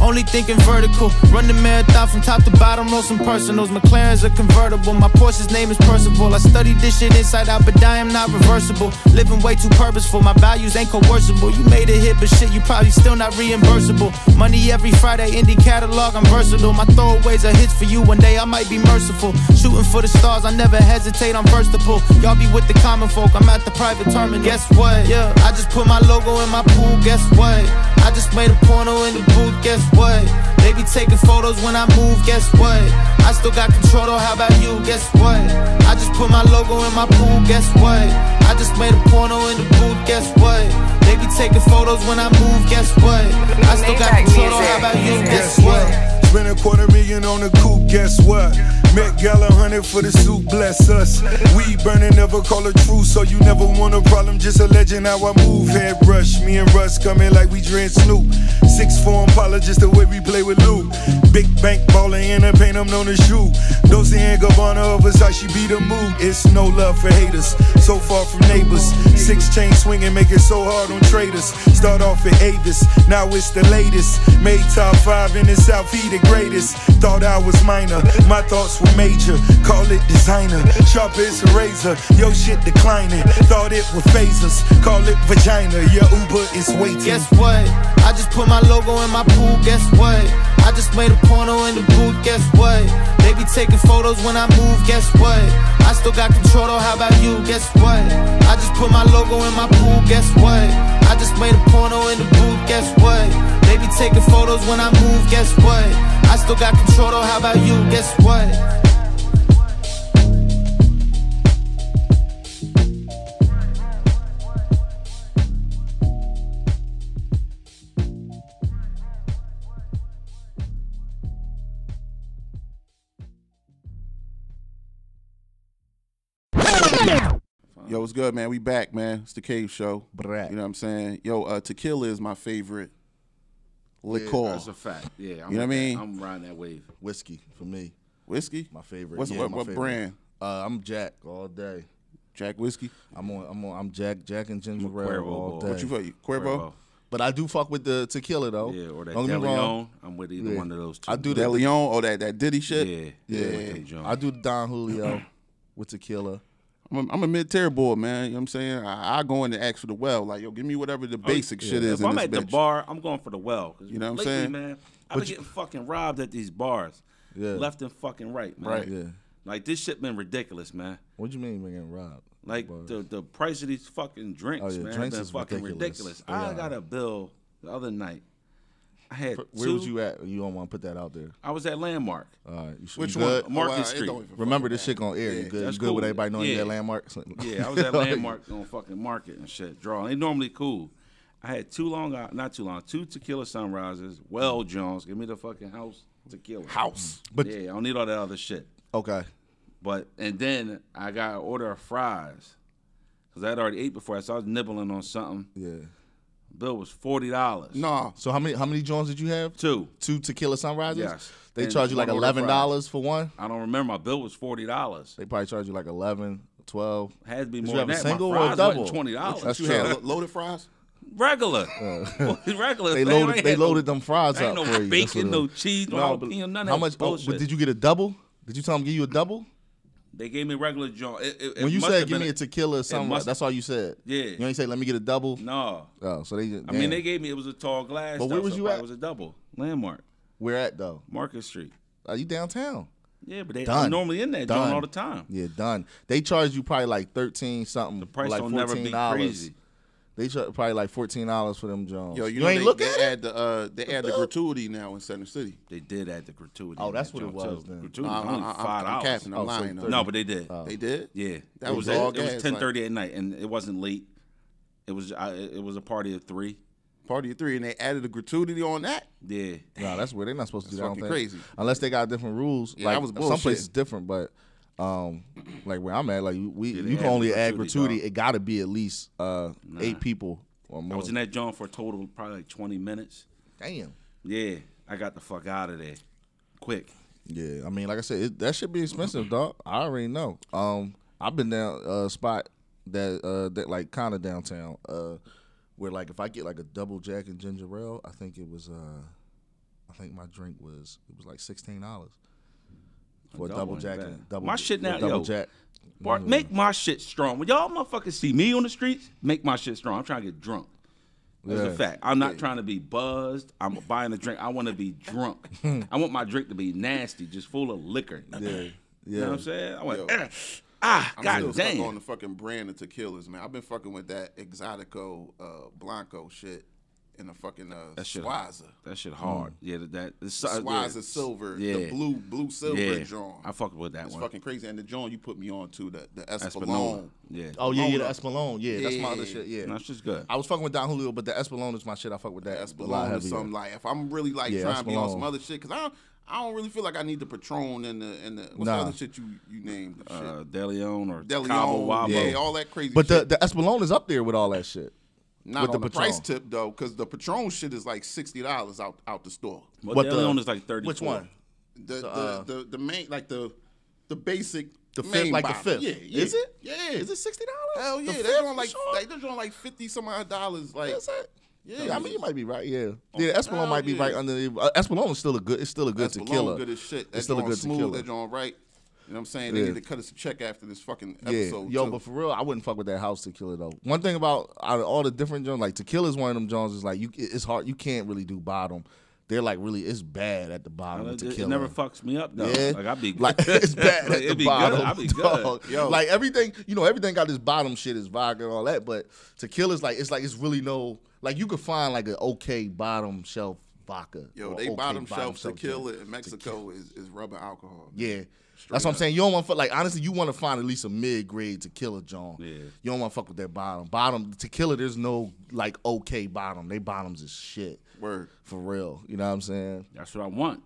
S4: Only thinking vertical. Run the marathon from top to bottom, roll some personals. McLaren's a convertible. My Porsche's name is Percival. I studied this shit inside out, but I am not reversible. Living way too purposeful. My values ain't coercible. You made a hit, but shit, you probably still not reimbursable. Money every Friday, indie catalog, I'm versatile. My throwaways are hits for you. One day I might be merciful. Shooting for the stars, I never hesitate, I'm versatile. Y'all be with the common folk, I'm at the private terminal. Guess what? Yeah, I just put my logo in my pool. Guess what? I just made a porno in the booth. Guess what? They be taking photos when I move. Guess what? I still got control. Though. How about you? Guess what? I just put my logo in my pool. Guess what? I just made a porno in the booth. Guess what? They be taking photos when I move. Guess what? I still got
S5: Maybach
S4: control. Though.
S5: music.
S4: How about you? Guess
S5: Guess
S4: what?
S6: Spend a quarter million on the coupe, guess what? Met Gala hundred for the suit, bless us. We burning, never call a truce, so you never want a problem. Just a legend how I move. Head rush, me and Russ coming like we dread Snoop. Six form Impala, just the way we play with Lou. Big bank baller in the paint, I'm known as shoe. Dozy and Gabbana of Versace be the mood. It's no love for haters, so far from neighbors. Six chain swinging, make it so hard on traders. Start off at Avis, now it's the latest. Made top five in the South Heat greatest. Thought I was minor, my thoughts were major. Call it designer, sharp as a razor. Yo, shit declining. Thought it were phasers, call it vagina. Your Uber is waiting.
S4: Guess what? I just put my logo in my pool. Guess what? I just made a porno in the booth. Guess what? They be taking photos when I move. Guess what? I still got control. Though. How about you? Guess what? I just put my logo in my pool. Guess what? I just made a porno in the booth. Guess what? They be taking photos when I move. Guess what? I still got control. Though. How about you? Guess what?
S1: Yo, what's good, man? We back, man. It's the Cave Show.
S2: Brat.
S1: You know what I'm saying? Yo, uh, tequila is my favorite liqueur.
S3: That's a fact. Yeah, I'm
S1: You know what I
S3: with that.
S1: mean?
S3: I'm riding that wave.
S2: Whiskey for me,
S1: whiskey?
S2: my favorite.
S1: What's,
S2: Yeah,
S1: what
S2: my
S1: what
S2: favorite.
S1: brand?
S2: Uh, I'm Jack all day.
S1: Jack whiskey?
S2: I'm on. I'm on. I'm Jack. Jack and ginger ale
S3: Cuervo
S2: all
S3: boy.
S2: day.
S3: What
S1: What you fuck? Cuervo?
S3: Well,
S2: but I do fuck with the tequila though.
S3: Yeah, or that
S2: Don't get me wrong.
S3: Deleon. I'm with either
S2: Yeah.
S3: one of those two.
S2: I do
S1: That
S2: the
S1: Leon or that, that Diddy shit?
S3: Yeah,
S1: Yeah.
S2: I do the Don Julio with tequila.
S1: I'm a, I'm a mid-tier boy, man. You know what I'm saying? I, I go in and ask for the well. Like, yo, give me whatever the basic shit is
S3: Oh, If
S1: in
S3: I'm
S1: this
S3: at the
S1: bitch.
S3: bar, I'm going for the well.
S1: You know what I'm
S3: lately,
S1: saying?
S3: man? I've been getting fucking robbed at these bars,
S2: Yeah.
S3: left and fucking right, man.
S1: Right.
S2: Yeah.
S3: Like this shit been ridiculous, man.
S2: What do you mean we getting robbed?
S3: Like
S2: Bars.
S3: the the price of these fucking drinks,
S2: Oh, yeah,
S3: man,
S2: drinks
S3: been
S2: is
S3: fucking
S2: ridiculous.
S3: ridiculous.
S2: They
S3: I
S2: are.
S3: got a bill the other night. I had
S2: Where
S3: two.
S2: was you at? Uh. You don't want to put that out there.
S3: I was at Landmark.
S2: All right. You, should-
S1: Which
S2: you good?
S1: one?
S3: Market
S1: wow, it
S3: Street.
S1: don't even
S2: Remember
S1: fucking
S2: this shit gonna air. you good?
S3: that's
S2: You good with
S3: cool.
S2: everybody knowing you
S3: Yeah.
S2: at landmarks?
S3: Yeah, I was at Landmark on fucking Market and shit. Drawing. They normally cool. I had two long, I- not too long, two tequila sunrises. Well, Jones, give me the fucking house tequila. Mm.
S1: House.
S2: Mm. But
S3: yeah, I don't need all that other shit.
S2: okay.
S3: But and then I got an order of fries because I had already ate before, so I was nibbling on something.
S2: Yeah.
S3: Bill was forty dollars.
S1: Nah.
S2: So how many how many joints did you have?
S3: two.
S2: Two tequila sunrises.
S3: Yes.
S2: They
S3: And
S2: charge you like
S3: one order of
S2: eleven dollars for one.
S3: I don't remember. My bill was forty dollars.
S2: They probably charge you like 11, 12.
S3: Had to be
S2: Did
S3: more
S2: you have
S3: than
S2: a
S3: that.
S2: single
S3: My
S2: or a
S3: fries
S2: double?
S3: wasn't twenty
S2: That's
S3: dollars.
S1: You
S2: true.
S1: had lo- loaded fries?
S3: Regular, regular.
S2: Uh, They
S3: man. I
S2: loaded
S3: ain't
S2: they
S3: had no-
S2: loaded them fries
S3: ain't
S2: up
S3: no
S2: for you. That's what
S3: bacon,
S2: it
S3: no
S2: was.
S3: cheese, no
S2: but
S3: jalapeno, none of
S2: how
S3: that
S2: much?
S3: bullshit.
S2: Oh, but did you get a double? Did you tell them give you a double?
S3: They gave me regular joint. It, it,
S2: When
S3: it
S2: you
S3: must
S2: said
S3: have
S2: give
S3: been
S2: me a tequila sunrise,
S3: must-
S2: that's all you said.
S3: Yeah.
S2: You ain't say let me get a double.
S3: No,
S2: Oh, so they. Just,
S3: I mean they gave me it was a tall glass.
S2: But where
S3: though,
S2: was
S3: so
S2: you
S3: probably
S2: at?
S3: It was a double landmark,
S2: Where at though?
S3: Market Street.
S2: Are you downtown?
S3: Yeah, but they
S2: Done.
S3: I'm normally in that
S2: Done.
S3: joint all the time.
S2: Yeah, done. They charge you probably like thirteen something. The
S3: Price
S2: like
S3: don't never be
S2: $14.
S3: crazy.
S2: They charge probably like fourteen dollars for them Jones.
S1: Yo, you,
S2: you,
S1: know
S2: ain't
S1: they,
S2: look
S1: they
S2: at it.
S1: add the uh, they add the gratuity now in Center City.
S3: They did add the gratuity.
S2: Oh,
S3: in
S2: that's
S3: that
S2: what it
S3: joint,
S2: was
S3: too.
S2: then.
S3: Gratuity
S1: Nah,
S3: was only
S1: I- I- I'm
S3: five dollars.
S1: capping. I'm
S2: Oh, so
S1: lying. though.
S2: thirty.
S3: No, but they did.
S2: Oh.
S1: They did.
S3: Yeah,
S1: That
S3: it
S1: was
S3: was,
S1: all
S3: it, it
S1: gas,
S3: was ten thirty at night, and it wasn't late. It was I, it was a party of three.
S1: Party of three, and they added a gratuity on that.
S3: Yeah,
S2: No, that's weird. They're not supposed to do that. I don't
S1: fucking
S2: think.
S1: crazy.
S2: Unless they got different rules.
S1: Yeah,
S2: like
S1: that was
S2: some
S1: bullshit.
S2: places different, but um, like where I'm at, like you- we
S3: they
S2: you can
S3: add
S2: only add
S3: gratuity,
S2: gratuity.
S3: dog.
S2: It got to be at least uh eight people or more.
S3: I was in that joint for a total of probably like twenty minutes.
S2: Damn.
S3: Yeah, I got the fuck out of there, quick.
S2: Yeah, I mean, like I said, it, that should be expensive, dog. I already know. Um, I've been down a spot that uh that like kind of downtown uh where like if I get like a double jack and ginger ale, I think it was uh I think my drink was it was like sixteen dollars for a
S3: double
S2: double
S3: ain't
S2: jack
S3: bad.
S2: and double
S3: My shit
S2: for a
S3: now-
S2: double
S3: yo.
S2: jack.
S3: Bart,
S1: Mm.
S3: make my shit strong. When y'all motherfuckers see me on the streets, make my shit strong. I'm trying to get drunk. That's a
S2: Yeah.
S3: fact. I'm not trying to be buzzed. I'm buying a drink. I want to be drunk. I want my drink to be nasty, just full of liquor.
S2: Yeah,
S3: You know
S2: yeah.
S3: what I'm saying? I went,
S1: Yo.
S3: "Eh, ah,
S1: I'm still
S3: god
S1: stuck
S3: damn.
S1: on the fucking brand of tequilas, man. I've been fucking with that Exotico uh, Blanco shit in the fucking uh,
S3: That shit-
S1: Swaza.
S3: That shit hard.
S2: Mm.
S3: Yeah, that, that the si-
S1: Swaza
S3: yeah.
S1: silver, the
S3: Yeah.
S1: blue blue silver
S3: Yeah,
S1: John.
S3: I fucked with that
S1: It's
S3: one.
S1: fucking crazy. And the John you put me on to the the
S3: Espanola.
S1: Espelon.
S3: Yeah.
S2: Oh yeah, yeah, the Espelon. Yeah, that's my other
S1: Yeah.
S2: shit. Yeah,
S3: that's just good.
S2: I was fucking with Don Julio, but the Espelon is my shit. I fuck with that. a lot
S1: Espelon or
S2: heavier.
S1: something like. If I'm really like
S2: Yeah,
S1: trying to be on
S2: Espolón.
S1: some other shit, because I don't, I don't really feel like I need the Patron and the and the what's
S2: Nah.
S1: the other shit you you named the shit.
S3: Uh, Deleon or
S1: Deleon,
S3: Cabo Wabo.
S1: yeah, all that crazy.
S2: But
S1: shit.
S2: the the Espelon is up there with all that shit.
S1: Not
S2: with
S1: on
S2: the
S1: the, price
S2: Patron.
S1: tip though, because the Patron shit is like sixty dollars out out the store.
S3: But
S2: What the-
S3: Deleon is like 30.
S2: Which one?
S1: The the,
S2: uh,
S1: the the main like the the basic
S2: The
S1: main
S2: fifth, like the
S1: bottle.
S2: fifth.
S1: Yeah, yeah,
S2: Is it?
S1: Yeah,
S2: Is it sixty dollars?
S1: Hell yeah, they're doing like like they're doing like fifty some odd dollars. Like
S2: Is it? Yeah, I mean you mimight be right. Yeah, yeah. Espelon might be
S1: yeah.
S2: right under. Uh, Espelon is still a good. It's still a good
S1: That's
S2: tequila.
S1: Bologna good as shit. That's
S2: it's still a good
S1: smooth.
S2: tequila.
S1: That joint right. You know what I'm saying?
S2: Yeah.
S1: They need to cut us a check after this fucking
S2: Yeah,
S1: episode.
S2: yo,
S1: too.
S2: but for real, I wouldn't fuck with that house tequila though. One thing about out of all the different Jones, like tequila is one of them Jones. Is like you, it- it's hard. You can't really do bottom. They're like really, it's bad at the bottom. of
S3: It, it
S2: tequila.
S3: never fucks me up though.
S2: Yeah,
S3: Like I be
S2: like it's bad at
S3: Like,
S2: the
S3: it be
S2: bottom.
S3: Good. I be
S2: dog.
S3: good.
S1: Yo.
S2: Like everything, you know, everything got this bottom shit is vodka and all that, but tequila's like it's like it's really no like you could find like an okay bottom shelf vodka.
S1: Yo,
S2: or
S1: they
S2: okay
S1: bottom shelf
S2: gin.
S1: tequila in Mexico is, is rubbing alcohol.
S2: Yeah. That's what I'm saying. You don't want to fuck like honestly. You want to find at least a mid grade tequila, John.
S3: Yeah.
S2: You don't want to fuck with that bottom. Bottom tequila. There's no like okay bottom. They bottoms is shit
S1: Word.
S2: for real. You know what I'm saying?
S3: That's what I want.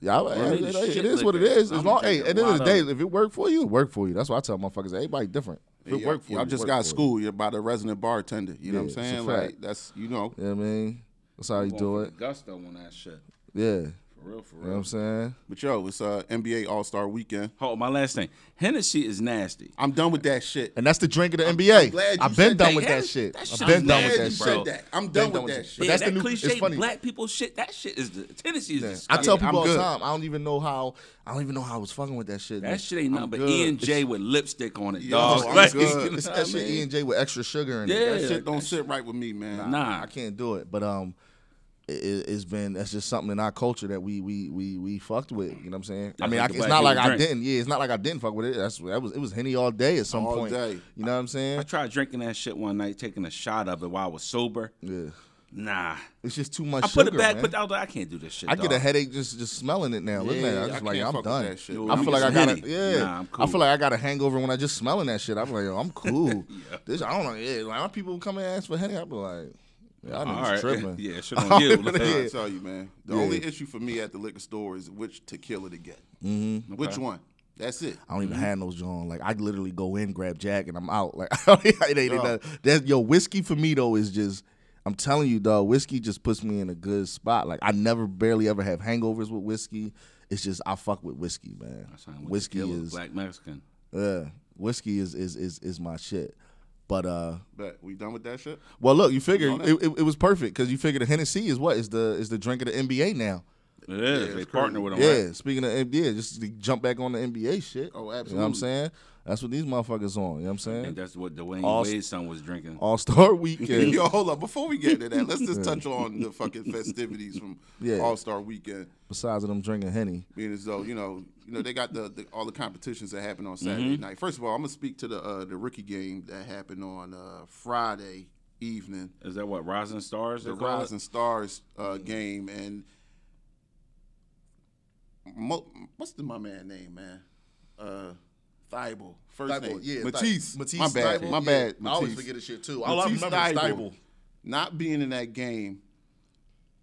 S2: Yeah, I-
S3: Well,
S2: it-
S3: they
S2: it-
S3: the
S2: it
S3: shit
S2: is what it
S3: liquor.
S2: is. As
S3: I'm
S2: long, hey,
S3: drinking
S2: at
S3: a
S2: the end of the
S3: lot
S2: day,
S3: of
S2: if it worked for you, it worked for you. That's what I tell motherfuckers. Everybody different. If it
S1: Y'all-
S2: worked for you,
S1: y'all
S2: it
S1: just
S2: worked
S1: got
S2: for you.
S1: schooled by the resident bartender. You know
S2: Yeah,
S1: what
S2: it's a
S1: I'm saying?
S2: fact.
S1: Like that's you know.
S2: You know what I mean? That's how you do it.
S3: Gusto on that shit.
S2: Yeah. You
S3: For real, for
S2: know what
S3: real.
S2: I'm saying?
S1: But yo, it's uh NBA All Star Weekend.
S3: Hold my last thing. Hennessy is nasty.
S1: I'm done with that shit.
S2: And that's the drink of the NBA.
S1: glad you
S2: I've been
S1: said
S2: done
S1: that.
S2: with that
S1: Yes,
S2: shit.
S1: that
S2: I've
S1: shit-
S2: been
S1: I'm
S2: done
S1: glad
S2: with that
S1: you
S2: shit.
S1: said that. I'm
S2: Been
S1: done
S2: done
S1: with
S2: with
S1: that
S2: that
S1: shit.
S2: But
S3: yeah,
S2: that's
S3: that
S2: the new- it's
S3: cliche
S2: funny.
S3: black people shit. That shit is Tennessee is.
S2: I
S3: disgusting.
S2: tell
S1: I'm
S2: people all the
S1: good.
S2: time, I don't even know how. I don't even know how I was fucking with that shit. man.
S3: that shit ain't
S2: I'm
S3: nothing but
S2: good.
S3: E and J with lipstick on it,
S1: Yo,
S3: dog.
S1: I'm
S3: Like,
S1: good.
S3: you know
S2: It's
S3: what
S2: that
S3: I
S2: shit
S3: mean?
S2: E and J with extra sugar in
S3: Yeah.
S2: it.
S1: That shit
S3: like
S1: don't sit right with me, man.
S3: Nah,
S2: I can't do it. But um, it, it's been that's just something in our culture that we we we we fucked with. You know what I'm saying? I
S3: That's
S2: mean, I,
S3: what the
S2: it's
S3: black
S2: not like
S3: people
S2: I
S3: drink.
S2: didn't. Yeah, it's not like I didn't fuck with it. That's that was it was henny all day at some
S1: All
S2: point.
S1: day.
S2: You know what I'm saying?
S3: I tried drinking that shit one night, taking a shot of it while I was sober.
S2: yeah,
S3: Nah,
S2: it's just too much.
S3: I put
S2: sugar,
S3: it back,
S2: man.
S3: put the, I can't do this shit.
S2: I get
S3: dog.
S2: a headache just just smelling it now. Look
S1: Yeah,
S2: at that. I'm
S1: I
S2: just like,
S1: can't
S2: I'm
S1: fuck with
S2: done.
S1: that shit.
S2: I
S3: I'm
S2: feel like I
S3: just
S2: got to
S3: heady.
S2: yeah.
S3: Nah, I'm
S2: I feel
S3: cool.
S2: like I got a hangover when I just smelling that shit. I'm like, yo, I'm cool. This I don't know. Yeah, like my people come and ask for headache. I be like, yeah, I
S3: All
S2: niggas
S3: right,
S2: tripping.
S3: yeah, shit on you.
S2: Yeah.
S1: I
S3: Listen,
S1: tell you, man. The
S2: Yeah.
S1: only issue for me at the liquor store is which tequila to get. Mm-hmm. Which one? That's it.
S2: I don't even have no John. Like I literally go in, grab Jack, and I'm out. Like I don't- it ain't
S1: Dog.
S2: nothing. That yo whiskey for me though is just. I'm telling you, dog. Whiskey just puts me in a good spot. Like I never, barely ever have hangovers with whiskey. It's just I fuck with whiskey, man.
S3: I went to
S2: Whiskey
S3: Gila,
S2: is,
S3: black Mexican.
S2: yeah, whiskey is is is is my shit. But uh,
S1: But we done with that shit?
S2: well, look, you figure
S1: on
S2: it,
S1: that.
S2: it, it was perfect because you figure the Hennessy is what is the is the drink of the NBA now.
S3: It is. they partner with them.
S2: Yeah, speaking of NBA, just to jump back on the NBA shit.
S1: Oh,
S2: You know what I'm
S1: absolutely.
S2: saying? That's what these motherfuckers on. You know what I'm
S3: I think
S2: saying?
S3: that's what Dwayne
S2: All-
S3: Wade's son was drinking.
S2: All Star Weekend.
S1: Yo, hold up. Before we get to that, let's just touch on the fucking festivities from
S2: Yeah.
S1: All Star Weekend.
S2: Besides them drinking henny.
S1: being as though you know, you know, they got the, the all the competitions that happen on Saturday
S2: Mm-hmm.
S1: night. First of all, I'm gonna speak to the uh, the rookie game that happened on uh, Friday evening,
S3: Is that what Rising Stars?
S1: the
S3: they call it?
S1: Rising Stars uh,
S2: Mm-hmm.
S1: game, and Mo- what's the my man name, man? Uh, Thibault. First name, Matisse.
S2: Matisse.
S1: My bad.
S2: Thibault,
S1: My bad.
S2: yeah. I always
S1: Matisse.
S2: forget this shit too. All I
S1: Matisse
S2: remember is
S1: Thibault.
S2: Thibault.
S1: Not being in that game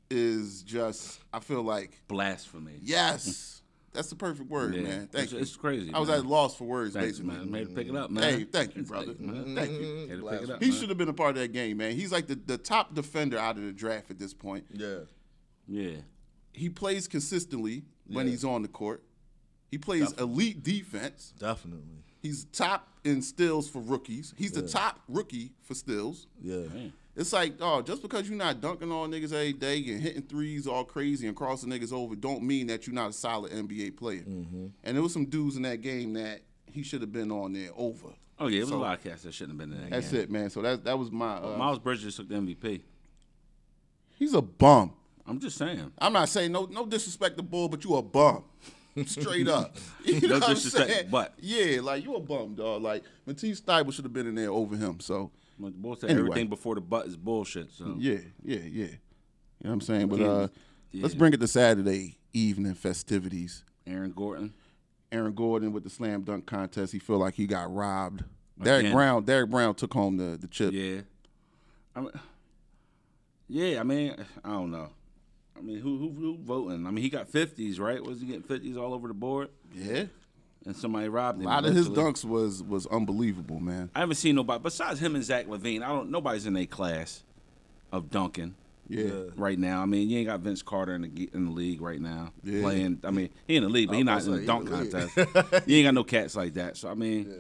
S1: is just. I feel like
S3: Blasphemy.
S1: Yes. That's the perfect word,
S3: Yeah.
S1: man.
S3: It's-
S1: Thank you.
S3: it's crazy,
S1: I was
S3: man.
S1: at a loss for words,
S3: Thanks,
S1: basically.
S3: man. Made to pick it up, man.
S1: Hey, thank you, brother.
S3: Thanks,
S2: Mm-hmm.
S3: man.
S1: Thank you.
S3: Had to pick it up,
S1: He
S3: man.
S1: should have been a part of that game, man. He's like the, the top defender out of the draft at this point.
S2: Yeah.
S3: Yeah.
S1: He plays consistently when
S2: Yeah.
S1: he's on the court. He plays elite defense.
S2: Definitely.
S1: He's top in steals for rookies. He's the top rookie for steals.
S2: Yeah.
S1: It's like, oh, just because you're not dunking on niggas every day and hitting threes all crazy and crossing niggas over, don't mean that you're not a solid NBA player. And there was some dudes in that game that he should have been on there over.
S3: Oh yeah, it was a lot of cats that shouldn't have been in that
S1: That's
S3: game.
S1: it, man. So that that was my. Uh,
S3: Miles Bridges took the MVP.
S1: he's a bum.
S3: I'm just saying.
S1: I'm not saying no no disrespect to Bull, but you a bum. Straight up. You
S3: No
S1: know what I'm
S3: disrespect,
S1: saying?
S3: but-
S1: yeah, like you a bum, dog. Like Matisse Thybulle should have been in there over him. So
S3: Like the Bulls said
S1: Anyway.
S3: everything before the butt is bullshit. So
S1: Yeah, yeah, yeah. You know what I'm saying? But uh, let's
S3: Yeah.
S1: bring it to Saturday evening festivities.
S3: Aaron Gordon.
S1: Aaron Gordon with the slam dunk contest. He feel like he got robbed. Derrick
S3: Again.
S1: Brown. Derrick Brown took home the the chip.
S3: Yeah. I mean, yeah, I mean, I don't know. I mean, who who, who voting? I mean, he got fifties, right? Was he getting fifties all over the board?
S1: Yeah.
S3: And somebody robbed him.
S1: A lot of his
S3: eventually.
S1: dunks was was unbelievable, man.
S3: I haven't seen nobody besides him and Zach Levine. I don't. Nobody's in their class of dunking
S1: Yeah.
S3: right now. I mean, you ain't got Vince Carter in the ge- in the league right now
S1: Yeah.
S3: playing. I mean, he in the league, but he
S2: I
S3: not
S2: was
S3: in the
S2: gonna
S3: dunk
S2: say, he in
S3: contest. you ain't got no cats like that. So I mean,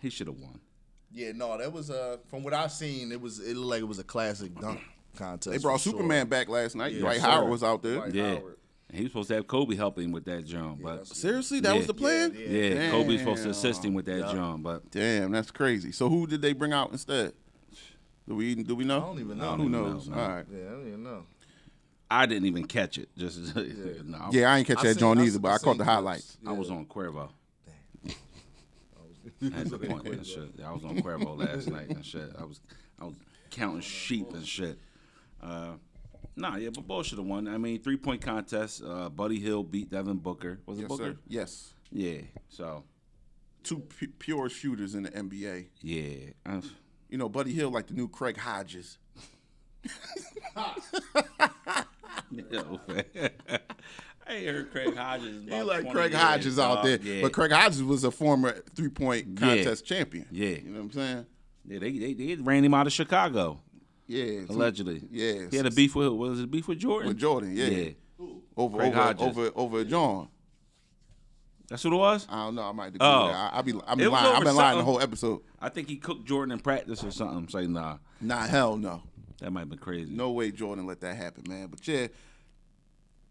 S3: he should have won.
S2: Yeah, no, that was uh from what I've seen, it was it looked like it was a classic dunk contest.
S1: They brought
S2: for sure.
S1: Superman back last night.
S2: Yeah,
S1: Dwight
S2: sure.
S1: Howard was out there.
S2: Dwight
S3: Yeah.
S2: Howard.
S3: And he was supposed to have Kobe help him with that drum, but
S1: Seriously, that
S3: Yeah.
S1: was the plan.
S3: yeah, Kobe's supposed to assist him with that drum, but
S1: Damn, that's crazy. So who did they bring out instead? Do we do we know?
S2: I don't even know.
S1: Who
S3: even
S1: knows?
S3: know,
S1: All
S3: no.
S1: right.
S2: Yeah, I don't even know.
S3: I didn't even catch it. Just no,
S1: Yeah, I ain't catch
S2: I
S1: that
S2: seen-
S1: joint
S2: I
S1: either, but I
S2: seen
S1: caught the
S2: clips.
S1: highlights.
S3: I was on Cuervo. That's the point and shit. I was on Cuervo last night and shit. I was I was counting sheep and shit. Uh, nah, yeah, but Bull should have won. I mean, three point contest. Uh, Buddy Hill beat Devin Booker. Was it
S1: Yes,
S3: Booker?
S1: sir. Yes.
S3: Yeah. So
S1: Two pu- pure shooters in the NBA.
S3: yeah, Uh,
S1: You know, Buddy Hill like the new Craig Hodges.
S3: yo, man. I ain't heard Craig Hodges. in
S1: He
S3: about
S1: like
S3: 20
S1: Craig
S3: years,
S1: Hodges out
S3: dog.
S1: there,
S3: Yeah.
S1: but Craig Hodges was a former three point
S3: Yeah.
S1: contest champion.
S3: Yeah.
S1: you know what I'm saying.
S3: yeah, they, they they ran him out of Chicago
S1: Yeah, some-
S3: allegedly.
S1: Yeah,
S3: he had a beef with who? was it beef with Jordan?
S1: with Jordan. Yeah,
S3: Yeah.
S1: over
S3: Craig
S1: over,
S3: Hodges.
S1: over over John.
S3: That's what it was.
S1: I don't know. I might.
S3: Oh.
S1: Oh, I, I be I be
S3: It was
S1: lying. I've
S3: over
S1: been lying the
S3: something.
S1: whole episode.
S3: I think he cooked Jordan in practice or something. Say nah,
S1: Nah, hell no.
S3: that might be crazy.
S1: No way Jordan let that happen, man. But yeah,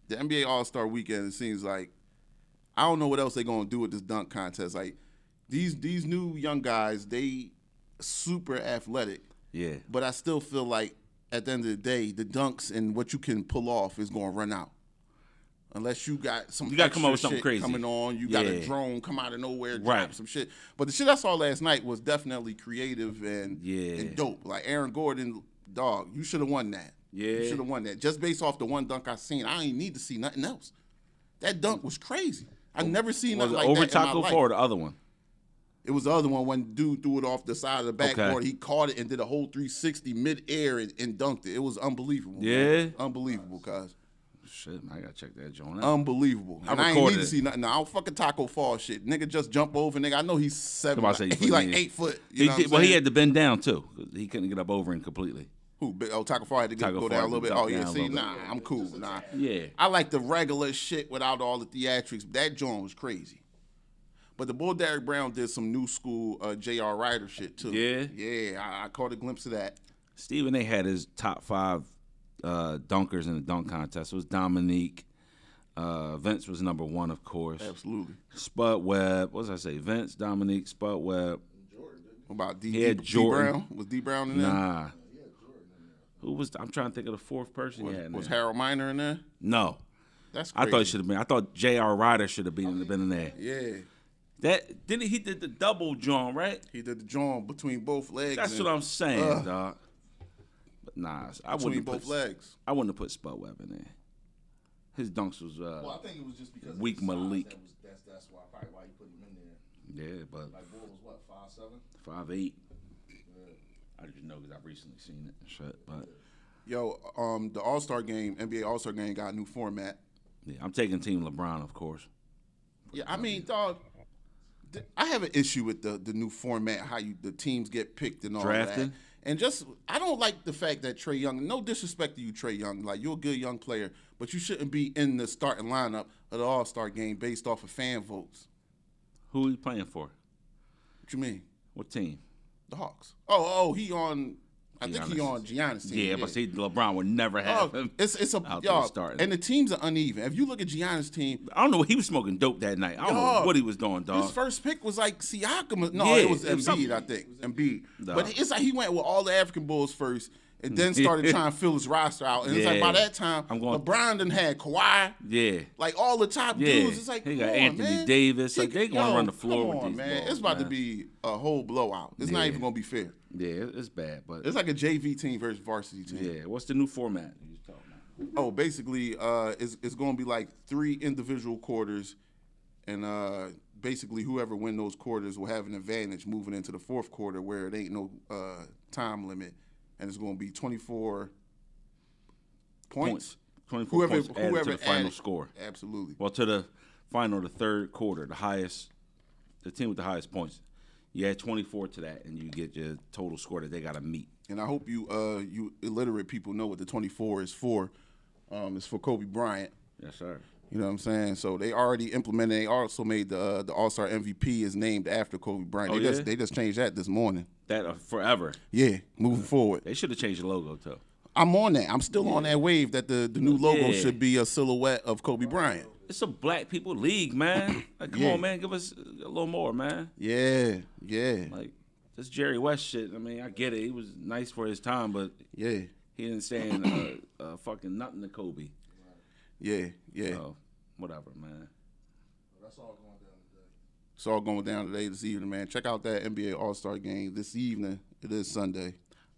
S1: the NBA All Star Weekend it seems like I don't know what else they're gonna do with this dunk contest. Like these these new young guys, they super athletic,
S3: Yeah.
S1: but I still feel like at the end of the day, the dunks and what you can pull off is gonna run out. Unless you got some,
S3: You gotta come
S1: extra
S3: up with something
S1: shit
S3: crazy.
S1: coming on. You got a
S3: Yeah.
S1: drone come out of nowhere, drop
S3: Right.
S1: some shit. But the shit I saw last night was definitely creative and
S3: Yeah.
S1: and dope. Like Aaron Gordon, dog, you should have won that. you
S3: Yeah.
S1: should have won that. Just based off the one dunk I seen, I ain't need to see nothing else. That dunk was crazy. I never seen
S3: Oh, Was
S1: nothing
S3: it
S1: like
S3: over
S1: that in my
S3: Taco
S1: life.
S3: Four or the other one?
S1: It was the other one when dude threw it off the side of the backboard. He caught it and did a whole 360 midair and, and dunked it. It was unbelievable. man.
S3: Yeah?
S1: unbelievable, cuz.
S3: Shit, man, I gotta check that joint
S1: Um,
S3: out.
S1: Unbelievable.
S3: I
S1: and I ain't
S3: recorded
S1: need to
S3: it.
S1: see nothing. I don't fucking Taco Fall shit. Nigga just jump over. Nigga, I know he's seven.
S3: Somebody say
S1: like-
S3: he
S1: he like
S3: fucking-
S1: eight foot. You
S3: He
S1: know what
S3: did-
S1: I'm
S3: well, he
S1: saying?
S3: had to bend down too. 'cause He couldn't get up over him completely.
S1: Who? Big, oh, Taco Fall had to get,
S3: Taco
S1: go
S3: Fall
S1: down a
S3: had to
S1: little bit.
S3: duck
S1: Oh yeah,
S3: down a
S1: see,
S3: little
S1: nah,
S3: bit.
S1: I'm cool. Nah,
S3: Yeah.
S1: I like the regular shit without all the theatrics. That joint was crazy. But the bull Derrick Brown did some new school uh, J.R. Ryder shit too.
S3: Yeah?
S1: yeah, I, I caught a glimpse of that.
S3: Stephen A. had his top five uh, dunkers in the dunk contest. It was Dominique. Uh, Vince was number one, of course.
S1: Absolutely.
S3: Spud Webb. What did I say? Vince, Dominique, Spud Webb.
S1: What about D,
S3: He had
S1: D- D
S3: Jordan.
S1: Brown? Was D Brown in there?
S3: Nah. Who was? I'm trying to think of the fourth person. he had in
S1: Was
S3: there.
S1: Harold Miner in there?
S3: No.
S1: That's
S3: I
S1: crazy.
S3: thought it should have been. I thought J.R. Ryder should have been, been in there.
S1: Yeah,
S3: That didn't he did the double joint, right?
S1: he did the joint between both legs.
S3: That's
S1: and
S3: what I'm saying,
S1: Ugh.
S3: dog. But nah, I
S1: Between
S3: wouldn't
S1: both
S3: put,
S1: legs.
S3: I wouldn't have put Spud Webb in there. His dunks was uh,
S2: Well, I think it was just because of
S3: Weak
S2: his size
S3: Malik.
S2: That was, that's that's why probably why you put him in there.
S3: yeah, but
S2: Like Bull was what five seven.
S3: five eight. I just know because I've recently seen it. and Shit, but
S1: Yo, um, the All Star game, NBA All Star game, got a new format.
S3: yeah, I'm taking Team LeBron, of course.
S1: Yeah, I mean, dog, th- I have an issue with the the new format, how you the teams get picked and all that.
S3: Drafting?
S1: And just, I don't like the fact that Trey Young. No disrespect to you, Trey Young. Like you're a good young player, but you shouldn't be in the starting lineup of the All Star game based off of fan votes.
S3: Who are you playing for?
S1: What you mean?
S3: What team?
S1: The Hawks. Oh, oh, he on. I think he
S3: Giannis.
S1: on Giannis. Team.
S3: Yeah, but see, LeBron would never have
S1: Oh,
S3: him.
S1: it's it's a
S3: out there
S1: y'all,
S3: starting.
S1: and the teams are uneven. If you look at Giannis' team,
S3: I don't know. He was smoking dope that night. I don't know
S1: Dog,
S3: Oh, what he was doing,
S1: His
S3: dog.
S1: first pick was like Siakam. No,
S3: Yeah,
S1: it was
S3: it was
S1: Embiid,
S3: something-
S1: I think. Embiid. But
S3: Nah.
S1: it's like he went with all the African Bulls first and then started trying to fill his roster out. And it's like by
S3: Yeah.
S1: that time,
S3: I'm going-
S1: LeBron done had Kawhi.
S3: yeah.
S1: Like all the top
S3: Yeah.
S1: dudes. It's like,
S3: He
S1: come
S3: got
S1: on,
S3: Anthony
S1: man.
S3: Davis. Like, they gonna
S1: yo,
S3: run the floor
S1: come
S3: with
S1: on,
S3: these
S1: man.
S3: balls,
S1: it's about to
S3: man.
S1: be a whole blowout. It's not
S3: Yeah.
S1: even going to be fair.
S3: Yeah, it- it's bad, but
S1: It's like a JV team versus varsity team.
S3: yeah. What's the new format? You was talking about?
S1: Oh, basically, uh, it's, it's going to be like three individual quarters, and uh, basically, whoever win those quarters will have an advantage moving into the fourth quarter, where it ain't no uh, time limit, and it's going to be twenty four points.
S3: Points. 24 points added to the final
S1: added-
S3: score.
S1: Absolutely.
S3: Well, to the final, the third quarter, the highest, the team with the highest points. You add 24 to that, and you get your total score that they got to meet.
S1: And I hope you uh, you illiterate people know what the twenty four is for. Um, it's for Kobe Bryant.
S3: Yes, sir.
S1: You know what I'm saying? So they already implemented. They also made the uh, the All Star MVP is named after Kobe Bryant.
S3: Oh,
S1: they
S3: yeah?
S1: just they just changed that this morning.
S3: That uh, forever.
S1: Yeah, moving forward.
S3: They should have changed the logo too.
S1: I'm on that. I'm still on that wave that the, the new logo
S3: Yeah.
S1: should be a silhouette of Kobe Bryant.
S3: It's a black people league, man. Like, come
S1: Yeah.
S3: on, man, give us a little more, man.
S1: Yeah, yeah,
S3: Like this Jerry West shit. I mean, I get it. He was nice for his time, but
S1: yeah,
S3: he didn't stand uh, uh, fucking nothing to Kobe.
S1: yeah, yeah.
S3: So whatever, man.
S1: It's all going down today this evening, man. Check out that NBA All Star game this evening. It is Sunday.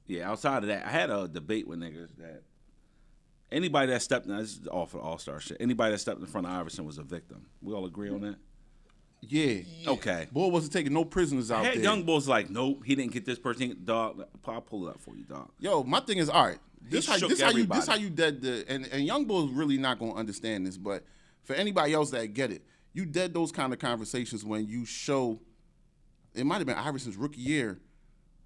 S3: Yeah, outside of that, I had a debate with niggas that anybody that stepped now this is all for all star shit. Anybody that stepped in front of Iverson was a victim. We all agree on that.
S1: Yeah.
S3: Okay.
S1: Boy wasn't taking no prisoners out
S3: I had
S1: there.
S3: young bulls like, nope, he didn't get this person. He- Dog, I'll pull it up for you, dog.
S1: Yo, my thing is, all right. This how
S3: shook
S1: this how you this
S3: everybody.
S1: how you dead the and and young bulls really not gonna understand this, but for anybody else that get it, you dead those kind of conversations when you show. It might have been Iverson's rookie year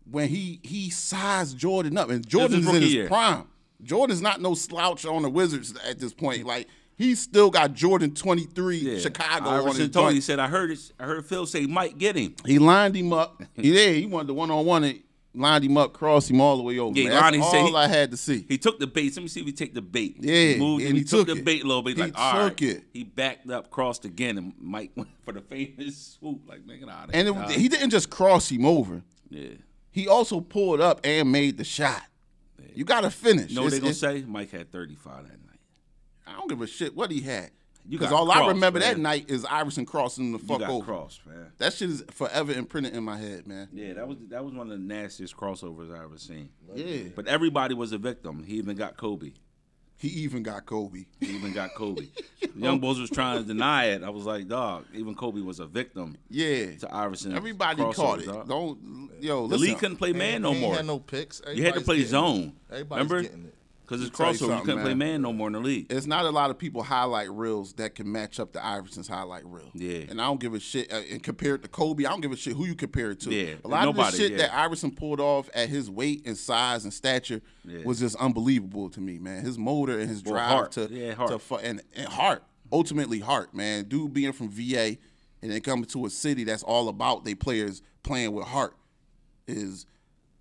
S1: when he he sized Jordan up, and Jordan's in
S3: rookie
S1: his
S3: year.
S1: prime. Jordan's not no slouch on the Wizards at this point. Like he still got Jordan twenty three
S3: Yeah.
S1: Chicago on
S3: Iverson
S1: his
S3: told me,
S1: joint.
S3: he said, I heard it. I heard Phil say, Mike, get him.
S1: He lined him up. He yeah, he wanted the one on one and lined him up, crossed him all the way over.
S3: Yeah,
S1: man. That's
S3: Lonnie said
S1: all
S3: he-
S1: I had to see.
S3: He took the bait. Let me see if he take the bait.
S1: Yeah,
S3: he moved
S1: and
S3: and
S1: he
S3: he, took,
S1: took
S3: the
S1: it.
S3: bait a little bit.
S1: He
S3: He like, all right.
S1: took it.
S3: He backed up, crossed again, and Mike went for the famous swoop. Like, nigga, nah,
S1: And it, he didn't just cross him over.
S3: yeah.
S1: He also pulled up and made the shot. You got to finish.
S3: You know what
S1: It's-
S3: they gonna
S1: it's-
S3: say? Mike had thirty five that night.
S1: I don't give a shit what he had.
S3: You
S1: Because
S3: got
S1: all I
S3: crossed,
S1: remember that
S3: man.
S1: night is Iverson crossing the
S3: You
S1: fuck
S3: got
S1: over.
S3: crossed, man.
S1: That shit is forever imprinted in my head, man.
S3: Yeah, that was that was one of the nastiest crossovers I ever seen.
S1: Yeah.
S3: But everybody was a victim. He even got Kobe.
S1: He even got Kobe.
S3: He even got Kobe. Young Bulls was trying to deny it. I was like, dog, even Kobe was a victim
S1: Yeah.
S3: to Iverson.
S1: Everybody
S3: crossovers,
S1: caught it.
S3: dog.
S1: Don't, yo,
S3: The
S1: listen.
S3: league couldn't play man no
S2: Ain't- ain't
S3: more.
S2: Had no picks.
S3: You had to
S2: Everybody's
S3: play
S2: getting it.
S3: zone.
S2: Everybody's
S3: Remember?
S2: getting it.
S3: Because it's
S1: tell you
S3: crossover. You
S1: something,
S3: couldn't play
S1: man.
S3: man no more in the league.
S1: There's not a lot of people highlight reels that can match up to Iverson's highlight reel.
S3: Yeah.
S1: And I don't give a shit. Uh, and compare it to Kobe, I don't give a shit who you compare it to.
S3: Yeah,
S1: A lot of
S3: nobody,
S1: the shit
S3: yeah.
S1: that Iverson pulled off at his weight and size and stature
S3: Yeah.
S1: was just unbelievable to me, man. His motor and his
S3: Well,
S1: drive
S3: heart.
S1: to
S3: Yeah, heart.
S1: to fu- and, and heart. Ultimately heart, man. Dude being from VA and then coming to a city that's all about they players playing with heart is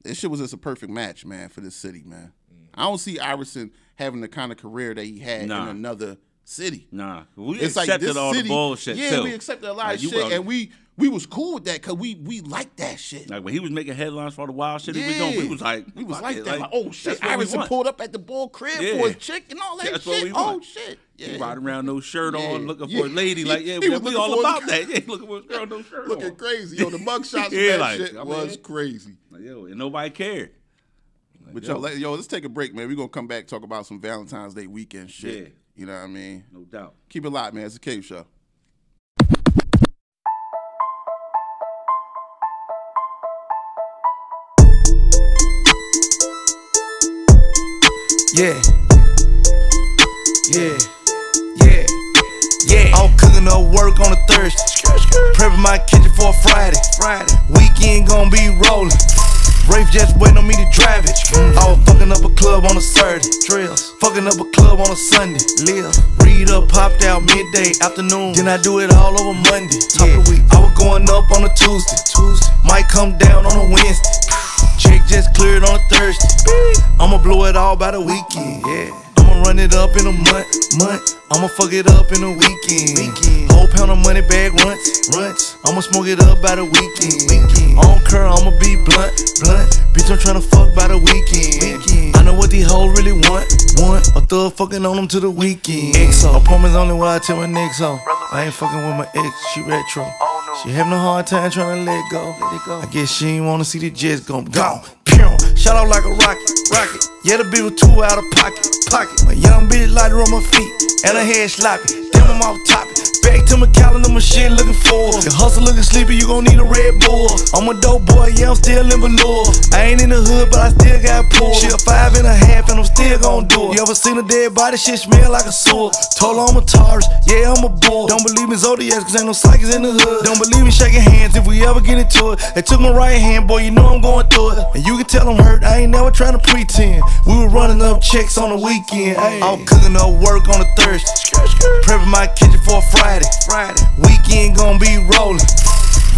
S1: this shit was just a perfect match, man, for this city, man. I don't see Iverson having the kind of career that he had
S3: Nah.
S1: in another city.
S3: Nah. We
S1: It's like
S3: accepted
S1: this
S3: all
S1: city,
S3: the bullshit,
S1: yeah,
S3: too.
S1: we accepted a lot
S3: Like,
S1: of
S3: you
S1: shit,
S3: were-
S1: and we we was cool with that because we we liked that shit.
S3: Like when he was making headlines for all the wild shit he was doing, we was like,
S1: we was
S3: fuck
S1: like
S3: it,
S1: that. Like, oh shit,
S3: that's what we
S1: Iverson
S3: want.
S1: pulled up at the bull crib
S3: Yeah.
S1: for his chick and all that
S3: That's what
S1: shit.
S3: we
S1: Oh
S3: want.
S1: shit,
S3: He
S1: yeah,
S3: riding around no shirt
S1: Yeah.
S3: on, looking
S1: Yeah.
S3: for a lady. Like, yeah,
S1: He was
S3: we
S1: looking
S3: all
S1: for his
S3: about that. Yeah, looking for a girl, no shirt
S1: looking
S3: on.
S1: crazy. Yo, the mug shots of
S3: Yeah,
S1: that
S3: like,
S1: shit
S3: I mean-
S1: was crazy.
S3: Like, yo, and nobody cared.
S1: But yo, let, yo, let's take a break, man. We're gonna come back talk about some Valentine's Day weekend shit.
S3: Yeah.
S1: You know what I mean?
S3: No doubt.
S1: Keep it live, man. It's a cave show.
S5: Yeah,
S6: Yeah,
S5: yeah.
S6: yeah.
S5: I'm cooking up work on a Thursday. Prepping my kitchen for a Friday.
S6: Friday.
S5: Weekend gonna be rolling. Rafe just waiting on me to drive it. I was fucking up a club on a Saturday.
S6: Mm. Drills.
S5: Fucking up a club on a Sunday.
S6: Live.
S5: Read up, popped out midday, afternoon. Then I do it all over Monday. Top
S6: Yeah.
S5: of week. I was going up on a Tuesday. Tuesday. Might come down on a Wednesday. Check just cleared on a Thursday. I'ma blow it all by the weekend.
S6: Yeah.
S5: I'ma run it up in a month. Month. I'ma fuck it up in a weekend.
S6: Weekend.
S5: Whole pound of money bag once.
S6: Runts.
S5: I'ma smoke it up by the weekend.
S6: Weekend.
S5: I don't care, I'ma be blunt, blunt. Bitch, I'm tryna fuck by the weekend.
S6: Weekend.
S5: I know what these hoes really want, want. A thug fucking on them to the weekend.
S6: XO.
S5: Appointments only where I tell my next hoe. I ain't fucking with my ex, she retro. She having a hard time tryna let go.
S6: Oh, Let it go.
S5: I guess she ain't wanna see the jets go gone. Pew. Shout out like a rocket, rocket. Yeah, the bitch was two out of pocket, pocket. My young bitch like to rub my feet, and her head sloppy. Damn, I'm off topic. Back to my calendar, my shit looking forward. Your hustle looking sleepy, you gon' need a Red Bull. I'm a dope boy, yeah, I'm still in velour. I ain't in the hood, but I still got pulled. She a five and a half, and I'm still gon' do it. You ever seen a dead body? Shit smell like a sewer. Told her I'm a Taurus, yeah, I'm a bull. Don't believe in Zodiacs, cause ain't no psychics in the hood. Don't believe in shaking hands if we ever get into it. They took my right hand, boy, you know I'm going through it. And you can tell I'm hurt, I ain't never trying to pretend. We were running up checks on the weekend. I was cooking up work on a Thursday. Prepping my kitchen for a Friday.
S6: Friday.
S5: Weekend gonna be rolling.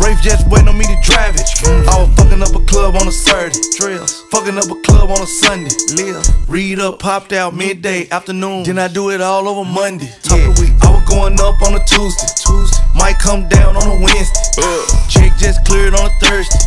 S5: Rafe just waiting on me to drive it. I was fucking up a club on a Saturday. Mm. Drills. Fucking up a club on a Sunday. Live. Read up, popped out midday, afternoon. Then I do it all over Monday. Yeah. I was going up on a Tuesday. Tuesday. Might come down on a Wednesday. Check just cleared on a Thursday.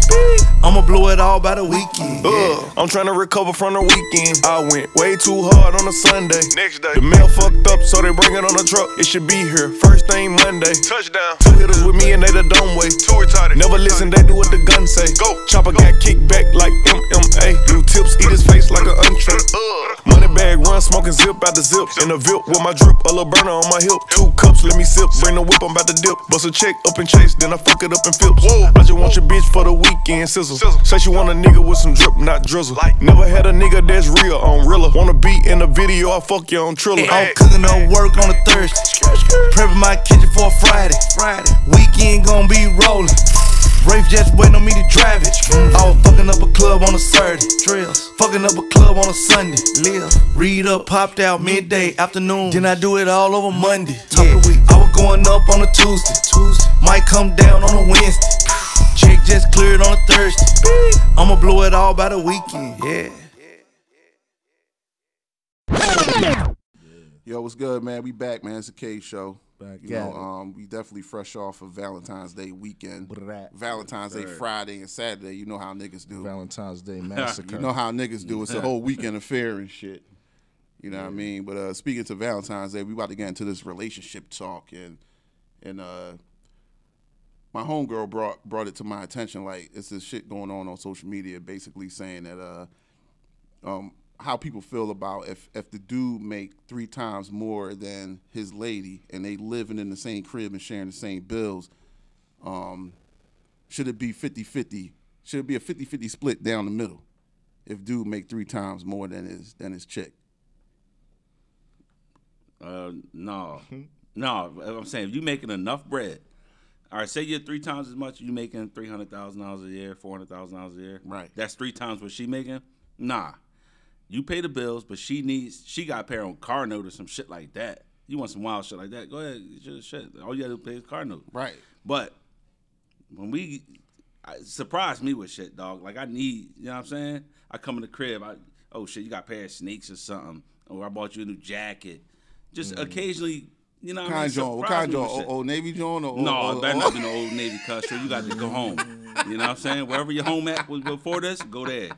S5: I'ma blow it all by the weekend. Yeah.
S7: Ugh, I'm tryna recover from the weekend. I went way too hard on a Sunday. Next day, the mail fucked up, so they bring it on a truck. It should be here first thing Monday. Touchdown. Two hitters with me and they the dome way. Too retarded. Never listen, they do what the gun say. Go. Chopper got kicked back like MMA. Blue tips eat his face like an entree. Money bag run, smoking zip out the zip. In a VIP with my drip, a little burner on my hip. Two cups, let me sip. Bring the whip, I'm about to dip. Bust a check up and chase, then I fuck it up and flips. I just want your bitch for the weekend sizzle. Say she want a nigga with some drip, not drizzle. Never had a nigga that's real on Rilla. Wanna be in a video, I fuck you on Triller.
S5: I'm
S7: I'm
S5: cooking on work on a Thursday. Prepping my kitchen for a Friday. Friday. Weekend gon' be rolling. Rafe just waiting on me to drive it. I was fucking up a club on a Saturday. Drills. Fucking up a club on a Sunday. Live. Read up, popped out midday, afternoon. Then I do it all over Monday. Top of the week. I was going up on a Tuesday. Tuesday. Might come down on a Wednesday. Check just cleared on a Thursday. I'ma blow it all by the weekend. Yeah.
S1: Yo, what's good, man? We back, man. It's a K show.
S2: Back
S1: you
S2: at
S1: know,
S2: it.
S1: um, we definitely fresh off of Valentine's Day weekend.
S2: Brat.
S1: Valentine's Day Friday and Saturday. You know how niggas do.
S2: Valentine's Day massacre.
S1: You know how niggas do. It's a whole weekend affair and shit. You know what I mean? But uh, speaking to Valentine's Day, we about to get into this relationship talk and and uh, my homegirl brought brought it to my attention. Like it's this shit going on on social media, basically saying that uh, um, how people feel about if if the dude make three times more than his lady and they living in the same crib and sharing the same bills, um, should it be 50-50? Should it be a 50-50 split down the middle? If dude make three times more than his than his chick,
S3: Uh, no, no. I'm saying if you making enough bread, all right. Say you're three times as much. You making three hundred thousand dollars a year, four hundred thousand dollars a year.
S1: Right.
S3: That's three times what she making. Nah, you pay the bills, but she needs. She got to pay her own car note or some shit like that. You want some wild shit like that? Go ahead, it's your shit. All you gotta do is pay is car note.
S1: right?
S3: But when we I, surprise me with shit, dog. Like I need, you know what I'm saying? I come in the crib, I oh shit, you got a pair of sneaks or something, or I bought you a new jacket. Just occasionally, you know, what I mean?
S1: Kind John, what
S3: Surprise
S1: kind
S3: me
S1: John?
S3: with
S1: Mm-hmm. Old,
S3: shit.
S1: Old Navy John or
S3: No,
S1: or,
S3: it better not be no old Navy cuss. You got to go home. You know what I'm saying? Wherever your home at was before this, go there.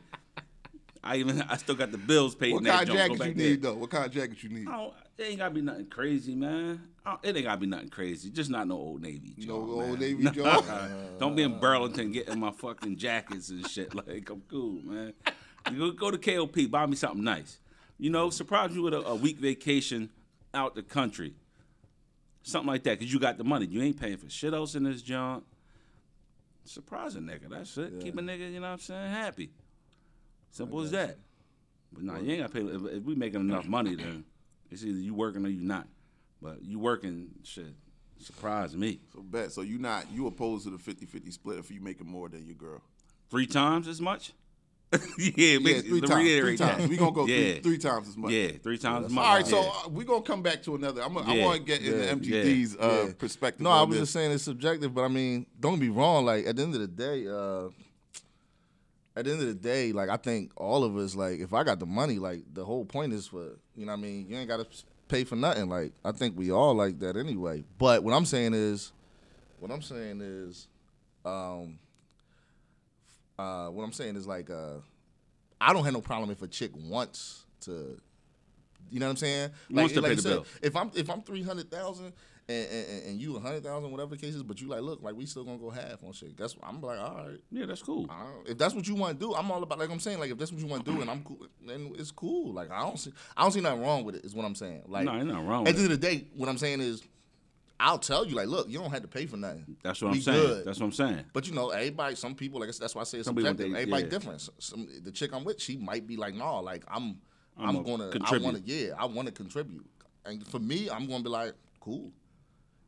S3: I even I still got the bills paid.
S1: What
S3: in that
S1: kind of
S3: joint. Go
S1: jacket
S3: back
S1: you
S3: there.
S1: need though? What kind of jacket you need?
S3: I don't, it ain't gotta be nothing crazy, man. I don't- it ain't gotta be nothing crazy. Just not no old Navy.
S1: No
S3: John,
S1: Old
S3: man.
S1: Navy
S3: Nah.
S1: John?
S3: don't be in Burlington getting my fucking jackets and shit. Like I'm cool, man. You go, go to KOP, buy me something nice. You know, surprise you with a, a week vacation out the country, something like that, cause you got the money. You ain't paying for shit else in this junk. Surprise a nigga. That's it. Keep a nigga, you know what I'm saying, happy. Simple as that. But nah, you ain't gotta pay. If, if we making enough money, then it's either you working or you not. But you working, shit, surprise me.
S1: So bet. So you not you opposed to the 50-50 split if you making more than your girl?
S3: Three times as much? yeah,
S1: Yeah,
S3: make-
S1: three
S3: to
S1: times. Three
S3: reiterate that.
S1: times. We gonna go
S3: Yeah.
S1: three, three times as much.
S3: Yeah, three times as much.
S1: All right, so
S3: Yeah.
S1: uh, we gonna come back to another. I'm gonna I
S3: Yeah.
S1: want to get in
S2: Yeah.
S1: the MGD's uh,
S2: Yeah.
S1: perspective.
S2: No,
S1: on
S2: I was
S1: this.
S2: just saying it's subjective, but I mean, don't be wrong. Like at the end of the day, uh, at the end of the day, like I think all of us, like if I got the money, like the whole point is for you know, what I mean, you ain't got to pay for nothing. Like I think we all like that anyway. But what I'm saying is, what I'm saying is, um, uh, what I'm saying is like, uh, I don't have no problem if a chick wants to. You know what I'm saying?
S3: Wants to pay
S2: you
S3: the
S2: said,
S3: bill.
S2: if I'm if I'm three hundred thousand and, and and you a hundred thousand, whatever the case is, but you like, look, like we still gonna go half on shit. That's I'm like, all right,
S3: yeah, that's cool.
S2: I don't, if that's what you want to do, I'm all about. Like I'm saying, like if that's what you want to do, and I'm cool, then it's cool. Like I don't see, I don't see nothing wrong with it. Is what I'm saying. Like
S3: No, ain't nothing wrong
S2: At
S3: with
S2: the end of the day, what I'm saying is, I'll tell you, like, look, you don't have to pay for nothing.
S3: That's what I'm
S2: We
S3: saying.
S2: good.
S3: That's what I'm saying.
S2: But you know, everybody, some people, like I said, that's why I say it's
S3: Some people,
S2: subjective.
S3: they-
S2: everybody
S3: yeah.
S2: different. So- Some, the chick I'm with, she might be like, nah, like I'm,
S3: I'm
S2: I'm,
S3: a
S2: gonna,
S3: contribute.
S2: I wanna, yeah, I wanna contribute. And for me, I'm gonna be like, cool.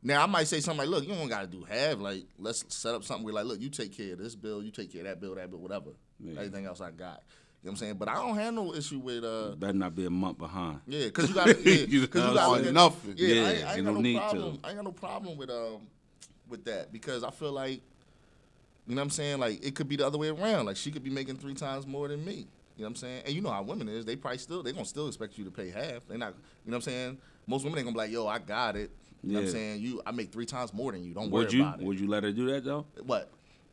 S2: Now I might say something like, look, you don't gotta do half. Like, let's set up something where like, look, you take care of this bill, you take care of that bill, that bill, whatever. Everything else I got. You know what I'm saying? But I don't have no issue with uh
S3: Better not be a month behind.
S2: yeah, cause you got yeah, 'cause you
S3: know,
S2: got
S1: on
S2: look at-
S1: nothing.
S2: Yeah,
S3: Yeah,
S2: I, ain't- I
S3: you
S2: ain't
S3: don't
S2: got no
S3: need
S2: problem.
S3: to.
S2: I ain't got no problem with um with that because I feel like You know what I'm saying? Like it could be the other way around. Like she could be making three times more than me. You know what I'm saying? And you know how women is. They probably still they gonna still expect you to pay half. They not. You know what I'm saying? Most women ain't gonna be like, yo, I got it. You know what I'm
S3: Yeah.
S2: saying? You, I make three times more than you. Don't
S3: Would
S2: worry
S3: you
S2: about it.
S3: would you let her do that though?
S2: What?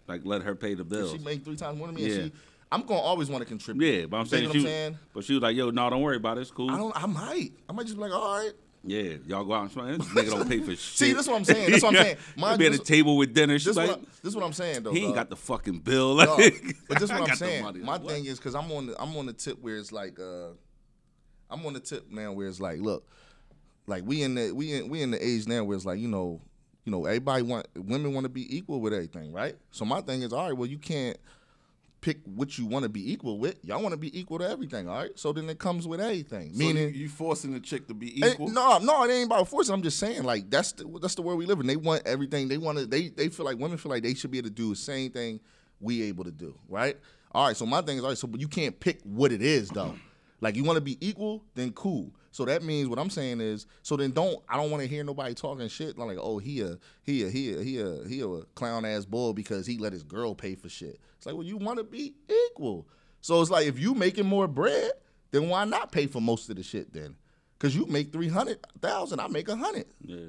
S3: Like let her pay the
S2: If
S3: bills?
S2: she make three times more than me.
S3: Yeah.
S2: And she, I'm gonna always want to contribute.
S3: yeah, but I'm
S2: You
S3: saying
S2: dig what
S3: she.
S2: I'm saying?
S3: But she was like, "Yo, no, don't worry about it. It's cool.
S2: I don't. I might. I might just be like, all right.
S3: yeah, y'all go out and smoke. This nigga don't pay for shit.
S2: See, that's what I'm saying. That's what I'm saying.
S3: Mind
S2: Mind
S3: be
S2: you,
S3: at a
S2: this-
S3: table with dinner. She's
S2: This
S3: like,
S2: what I'm, this what I'm saying though.
S3: he ain't
S2: dog.
S3: got the fucking bill.
S2: No,
S3: Like,
S2: but this is
S3: I
S2: what I'm
S3: got the
S2: saying.
S3: money.
S2: My
S3: Like,
S2: thing is because I'm on the, I'm on the tip where it's like uh, I'm on the tip now where it's like look, like we in the we in, we in the age now where it's like you know you know everybody want women want to be equal with everything right. So my thing is all right. Well, you can't pick what you want to be equal with. Y'all want to be equal to everything. All right. So then it comes with everything.
S1: So
S2: Meaning
S1: you, you forcing the chick to be
S2: Hey,
S1: equal.
S2: no, no, it ain't about forcing. I'm just saying, like that's the, that's the world we live in. They want everything. They want to. They they feel like women feel like they should be able to do the same thing we able to do, right? All right. So my thing is, all right. So but you can't pick what it is though. Like you want to be equal, then cool. So that means what I'm saying is, so then don't. I don't want to hear nobody talking shit like, oh he a he a he a he a he a clown ass bull because he let his girl pay for shit. It's like, well, you want to be equal. So it's like if you making more bread, then why not pay for most of the shit then? Cause you make three hundred thousand, I make a hundred.
S3: yeah.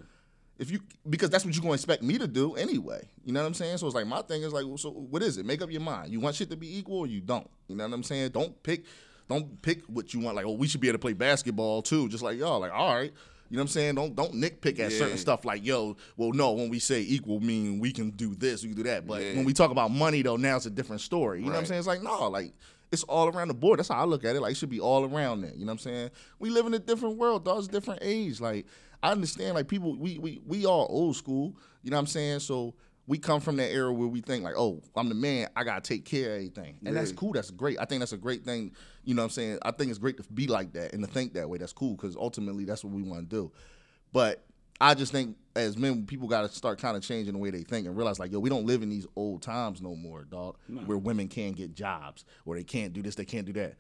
S2: If you because that's what you're gonna expect me to do anyway. You know what I'm saying? So it's like my thing is like, well, so what is it? Make up your mind. You want shit to be equal or you don't. You know what I'm saying? Don't pick, don't pick what you want. Like, oh, we should be able to play basketball too, just like y'all. Like, all right. You know what I'm saying? Don't don't nitpick at certain stuff like, yo, well, no, when we say equal mean we can do this, we can do that. But when we talk about money though, now it's a different story. You know what I'm
S1: Right.
S2: saying? It's like, no, like it's all around the board. That's how I look at it. Like it should be all around there. You know what I'm saying? We live in a different world, dog. It's a different age. Like I understand, like people, we we we all old school. You know what I'm saying? So we come from that era where we think like, oh, I'm the man. I gotta take care of everything, and that's cool. That's great. I think that's a great thing. You know what I'm saying? I think it's great to be like that and to think that way. That's cool because ultimately that's what we want to do. But I just think as men, people got to start kind of changing the way they think and realize, like, yo, we don't live in these old times no more, dog, where women can't get jobs or they can't do this, they can't do that.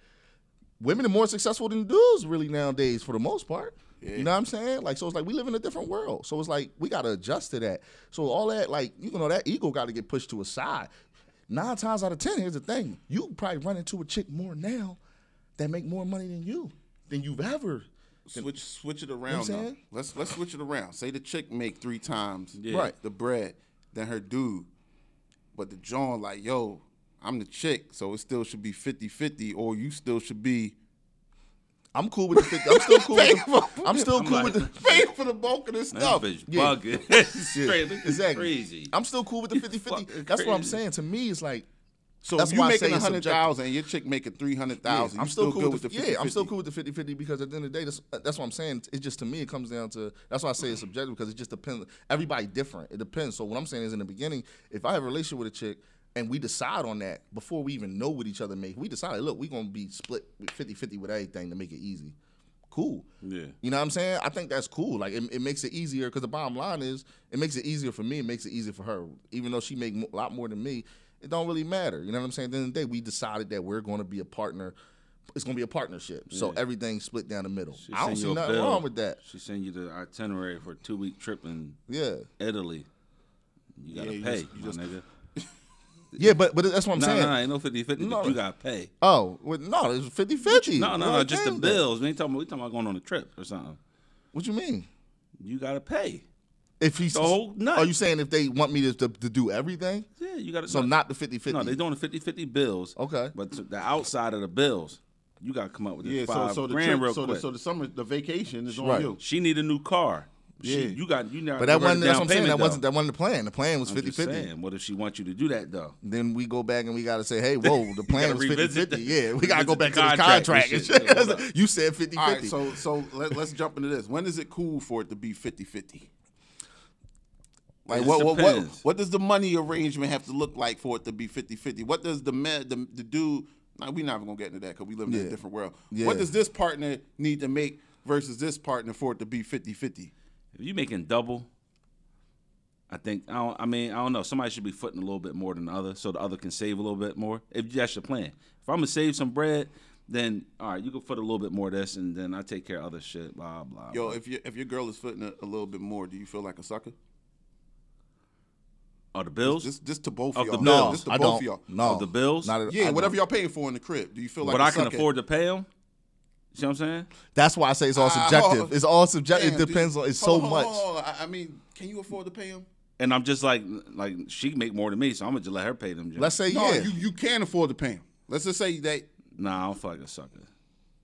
S2: Women are more successful than dudes really nowadays for the most part. You know what I'm saying? Like, so it's like we live in a different world. So it's like we got to adjust to that. So all that, like, you know, that ego got to get pushed to a side. Nine times out of 10, here's the thing you probably run into a chick more now that make more money than you, than you've ever.
S1: Switch switch it around.
S2: You know what I'm
S1: though.
S2: saying?
S1: Let's let's switch it around. Say the chick make three times
S2: Right.
S1: the bread than her dude, but the John like yo, I'm the chick, so it still should be 50-50, or you still should be
S2: I'm cool with the 50. I'm still cool with the. I'm still cool
S3: like-
S2: with the.
S1: paying for the bulk of this
S3: That
S1: stuff.
S3: bitch
S2: yeah.
S3: bugging.
S2: Yeah,
S3: Straight, this is crazy.
S2: I'm still cool with the 50 50.
S3: fucking
S2: That's what I'm
S3: crazy.
S2: saying. To me, it's like,
S1: So
S2: That's
S1: if you
S2: why I
S1: making
S2: say
S1: a
S2: it's
S1: hundred
S2: subjective.
S1: thousand and your chick making three hundred thousand,
S2: I'm still, cool
S1: good
S2: with the,
S1: with the 50-50.
S2: yeah. I'm still cool with the 50 50 because at the end of the day, that's, that's what I'm saying. It's just to me, it comes down to that's why I say it's subjective because it just depends. Everybody different. It depends. So what I'm saying is, in the beginning, if I have a relationship with a chick and we decide on that before we even know what each other make, we decided, look, we're gonna be split 50 50 with everything to make it easy. Cool.
S3: Yeah.
S2: You know what I'm saying? I think that's cool. Like it, it makes it easier because the bottom line is it makes it easier for me. It makes it easier for her, even though she make mo- a lot more than me. It don't really matter. You know what I'm saying? At the end of the day, we decided that we're going to be a partner. It's going to be a partnership. So everything's split down the middle. I don't
S3: send
S2: see
S3: you a
S2: nothing
S3: bill.
S2: wrong with that.
S3: She send you the itinerary for a two week trip in
S2: Yeah,
S3: Italy. You gotta
S1: Yeah, you
S3: pay,
S1: just- you
S3: my
S1: just-
S3: nigga.
S2: yeah, but but that's what I'm
S3: No,
S2: saying.
S3: no, no, ain't no 50 50,
S2: No.
S3: but you gotta pay.
S2: Oh, well, no, it's 50 50.
S3: No, no, no, just the bills. We ain't talking about, we talking about going on a trip or something.
S2: What you mean?
S3: You gotta pay.
S2: If he's
S3: The whole nut.
S2: are you saying if they want me to to, to do everything?
S3: Yeah, you gotta
S2: So
S3: no,
S2: not the 50 50.
S3: No, they doing the 50 50 bills.
S2: Okay.
S3: But to the outside of the bills, you gotta come up with this
S1: yeah. So
S3: five
S1: so the
S3: grand
S1: trip,
S3: real
S1: so
S3: quick.
S1: the, so the summer the vacation is on
S2: Right.
S1: you.
S3: she need a new car. She,
S1: Yeah.
S3: you got you
S2: But that wasn't
S3: wasn't
S2: that's what I'm saying. That wasn't that wasn't the plan. The plan was 50 50.
S3: What if she wants you to do that though?
S2: then we go back and we got to say, hey, whoa, the plan
S3: gotta
S2: was 50
S3: revisit
S2: 50.
S3: the-
S2: Yeah, we got to go
S3: revisit
S2: back
S3: the
S2: to the contract. And
S3: contract and
S2: shit.
S3: shit. Yeah, hold
S2: you said 50 50.
S1: All right, so so let, let's jump into this. When is it cool for it to be 50-50? Like
S3: It
S1: what, what what
S3: depends.
S1: what does the money arrangement have to look like for it to be 50-50? What does the man the, the dude? Now we're not even gonna get into that because we live in
S2: Yeah.
S1: a different world.
S2: Yeah.
S1: What does this partner need to make versus this partner for it to be 50-50?
S3: If you making double, I think I don't. I mean, I don't know. Somebody should be footing a little bit more than the other, so the other can save a little bit more. If that's your plan, if I'm gonna save some bread, then all right, you can foot a little bit more of this, and then I take care of other shit. Blah blah.
S2: Uh-huh.
S1: Yo,
S3: blah.
S1: if your if your girl is footing a, a little bit more, do you feel like a sucker?
S3: Are the Bills?
S1: This this to both
S3: Of
S1: of y'all.
S3: the Bills.
S2: No,
S1: this to
S2: I
S1: both of
S2: don't.
S1: y'all.
S2: No,
S3: Of the Bills?
S2: Not at,
S1: Yeah,
S2: I
S1: whatever
S2: don't.
S1: y'all paying for in the crib. Do you feel like?
S3: but
S1: a
S3: I can
S1: suck at-
S3: afford to pay them. See what I'm saying?
S2: That's why I say it's all
S1: Ah,
S2: subjective.
S1: hold-
S2: it's all subjective.
S1: Damn,
S2: It
S1: dude.
S2: depends on. It's so
S1: Hold on,
S2: much.
S1: hold on, hold on. I, I mean, can you afford to pay him?
S3: And I'm just like, like she make more than me, so I'm gonna just let her pay them. Jim.
S2: Let's say
S1: No,
S2: yeah.
S1: you, you can afford to pay him. Let's just say that
S3: nah, I'm fucking sucker.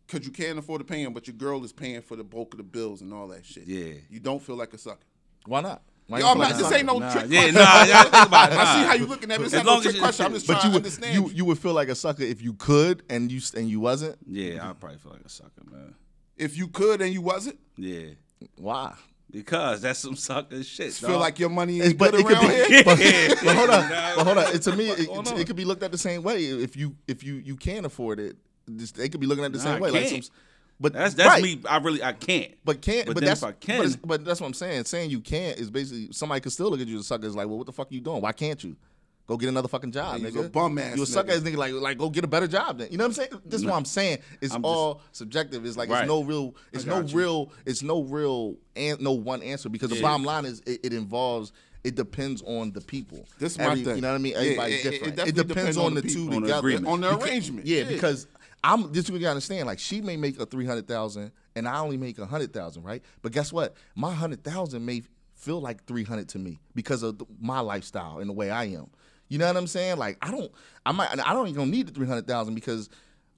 S1: because you can afford to pay him, but your girl is paying for the bulk of the bills and all that shit.
S3: Yeah.
S1: you don't feel like a sucker.
S2: why not? Why
S1: Yo,
S2: you
S1: I'm
S2: play
S1: not.
S2: that?
S1: This ain't no
S3: Nah,
S1: trick
S3: yeah,
S1: question.
S3: nah, yeah, think about it. Nah.
S1: I see how you looking at me. It's
S3: As
S1: not no
S3: long as
S1: trick
S3: you-
S1: question. I'm just
S2: But
S1: trying
S2: you
S1: to
S2: would
S1: understand.
S2: you, you would feel like a sucker if you could and you s- and you wasn't.
S3: Yeah, I probably feel like a sucker, man.
S1: if you could and you wasn't,
S3: Yeah,
S2: Why?
S3: because that's some sucker shit.
S1: feel
S3: dog.
S1: like your money
S2: It's-
S1: ain't
S2: but
S1: good
S2: it could
S1: around
S2: be.
S1: here.
S2: But, but hold on. But hold on. It, to me, it,
S3: going
S2: it,
S3: on?
S2: could be looked at the same way. If you if you you can afford it, this- they could be looking at it the
S3: Nah,
S2: same
S3: I
S2: way. Like some,
S3: can't.
S2: but
S3: that's that's
S2: right.
S3: me. I really I can't.
S2: But can't. But,
S3: then
S2: that's
S3: if I
S2: But,
S3: can.
S2: it's- but that's what I'm saying. Saying you can't is basically somebody could still look at you as a sucker. It's like, well, what the fuck are you doing? Why can't you? Go get another fucking job,
S1: Yeah,
S2: nigga.
S1: you a bum ass
S2: You a sucker
S1: nigga.
S2: ass nigga. Like, like go get a better job. Then you know what I'm saying. This is what I'm saying. It's
S3: I'm just-
S2: all subjective. It's like
S3: Right.
S2: it's no real. It's no
S3: got you.
S2: real. It's no real. And no one answer because the bottom line is it, it involves. It depends on the people.
S1: This is my
S2: Every-
S1: thing.
S2: You know what I mean?
S1: Yeah,
S2: Everybody's
S1: it- it- it
S2: different. It,
S1: definitely
S2: depends,
S1: depends
S2: on,
S1: on
S2: the
S1: the
S2: two
S1: people.
S3: On the
S2: together.
S3: agreement.
S1: on the
S2: Beca-
S1: arrangement.
S2: Yeah,
S1: Yeah.
S2: because I'm this is what you gotta understand. Like she may make a three hundred thousand and I only make a hundred thousand, right? But guess what? My hundred thousand may feel like three hundred to me because of th- my lifestyle and the way I am. You know what I'm saying? Like I don't I might and I don't even need the three hundred thousand because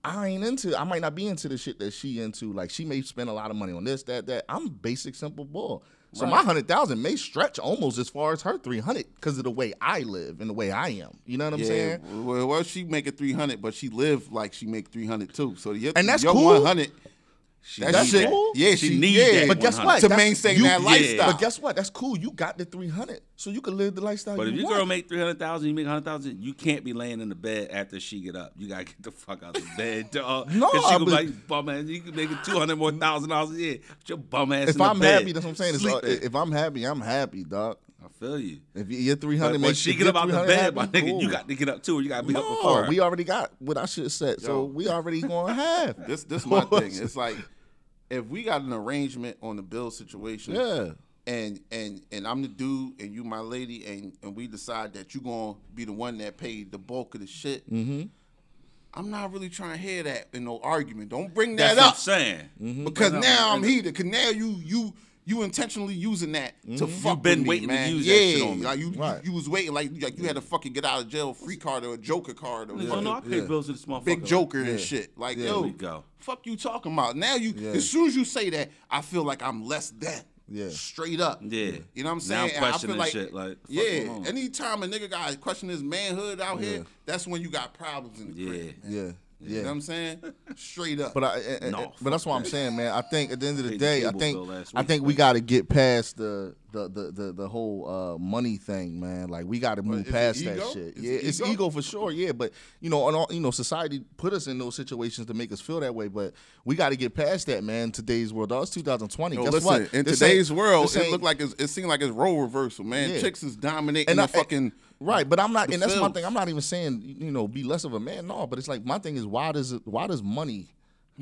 S2: I ain't into I might not be into the shit that she into. Like she may spend a lot of money on this, that, that. I'm basic simple bull. So my hundred thousand may stretch almost as far as her three hundred because of the way I live and the way I am. You know what I'm
S1: Yeah,
S2: saying?
S1: well, well, she making three hundred, but she live like she make three hundred too. So your,
S2: And that's
S1: your
S2: cool?
S1: one hundred,
S3: She
S1: that
S3: need
S1: shit,
S2: cool?
S1: yeah,
S3: She
S1: she,
S3: need
S1: yeah.
S3: that
S2: But guess
S3: 100.
S2: what?
S1: To
S2: That's-
S1: maintain
S2: you-
S1: that
S2: yeah.
S1: lifestyle.
S2: But guess what? That's cool. You got the three hundred, so you can live the lifestyle.
S3: But if
S2: you
S3: your
S2: want.
S3: girl make three hundred thousand, you make hundred thousand, you can't be laying in the bed after she get up. You gotta get the fuck out of the bed, dog.
S2: No,
S3: Cause she gonna be
S2: but-
S3: like bum ass. You can make it two hundred more thousand dollars a year. But your bum ass. in
S2: if
S3: the
S2: I'm
S3: bed.
S2: happy, that's what I'm saying. It's uh,
S3: Sleep
S2: all-
S3: there.
S2: if I'm happy, I'm happy, dog.
S3: I feel you.
S2: If you- your three
S3: But
S2: hundred
S3: when
S2: makes
S3: she
S2: if
S3: get
S2: your
S3: up out the
S2: 300
S3: bed, my
S2: happy,
S3: nigga,
S2: cool.
S3: you got to get up too. You got to be up before
S2: No,
S3: her.
S2: we already got what I should set, so
S3: Yo.
S2: we already going half.
S1: this this my thing. It's like if we got an arrangement on the bill situation,
S2: Yeah.
S1: and and and I'm the dude and you my lady, and and we decide that you gonna be the one that paid the bulk of the shit. Mm-hmm. I'm not really trying to hear that in no argument. Don't bring
S3: That's
S1: that
S3: what I'm
S1: up
S3: saying.
S2: Mm-hmm.
S1: because
S3: But no,
S1: now I'm
S3: but-
S1: heated. Because now you you you intentionally using that to fuck
S3: Mm-hmm. You've been
S1: with me,
S3: waiting to
S1: man.
S3: use
S1: yeah,
S3: that shit on me.
S1: like you, you-
S2: Right.
S1: you was waiting like like you had a fucking get out of jail free card or a joker card or
S3: Nigga,
S1: fucking
S3: Oh, no, I pay bills to this motherfucker.
S1: big joker and shit. Like yo,
S3: we go.
S1: fuck you talking about. Now you as soon as you say that, I feel like I'm less than.
S2: Yeah.
S1: Straight up.
S3: Yeah.
S1: You know what I'm
S3: Now I'm
S1: saying? And I
S3: questioning
S1: feel like,
S3: shit, like, fuck going
S1: yeah.
S3: on?
S1: Anytime a nigga got question his manhood out here, that's when you got problems in the
S3: Yeah.
S1: crib. man.
S2: Yeah,
S1: You know what
S2: yeah.
S1: I'm saying? Straight up.
S2: But I, and- and-
S3: No,
S2: and-
S3: fuck
S2: but that's what I'm saying, man. I think at the end of the
S3: Paid the
S2: day, I
S3: cable bill
S2: think
S3: last
S2: I
S3: week,
S2: think we
S3: like-
S2: got to get past the the the the, the whole uh, money thing, man. Like we got to move
S1: is it
S2: past that
S1: ego?
S2: shit.
S1: Is
S2: yeah,
S1: it
S2: it's
S1: ego?
S2: ego for sure. Yeah, but you know, and all, you know, society put us in those situations to make us feel that way. But we got to get past that, man. Today's world, that was 2020.
S1: Yo,
S2: Guess
S1: listen,
S2: what?
S1: in
S2: This ain't-
S1: today's world,
S2: this
S1: it
S2: ain't-
S1: looked like it's, it seemed like it's role reversal, man.
S2: Yeah.
S1: Chicks is dominating the
S2: I-
S1: fucking
S2: right. But I'm not,
S1: the
S2: and that's my
S1: field.
S2: thing. I'm not even saying you know be less of a man. No, but it's like my thing is why does it, why does money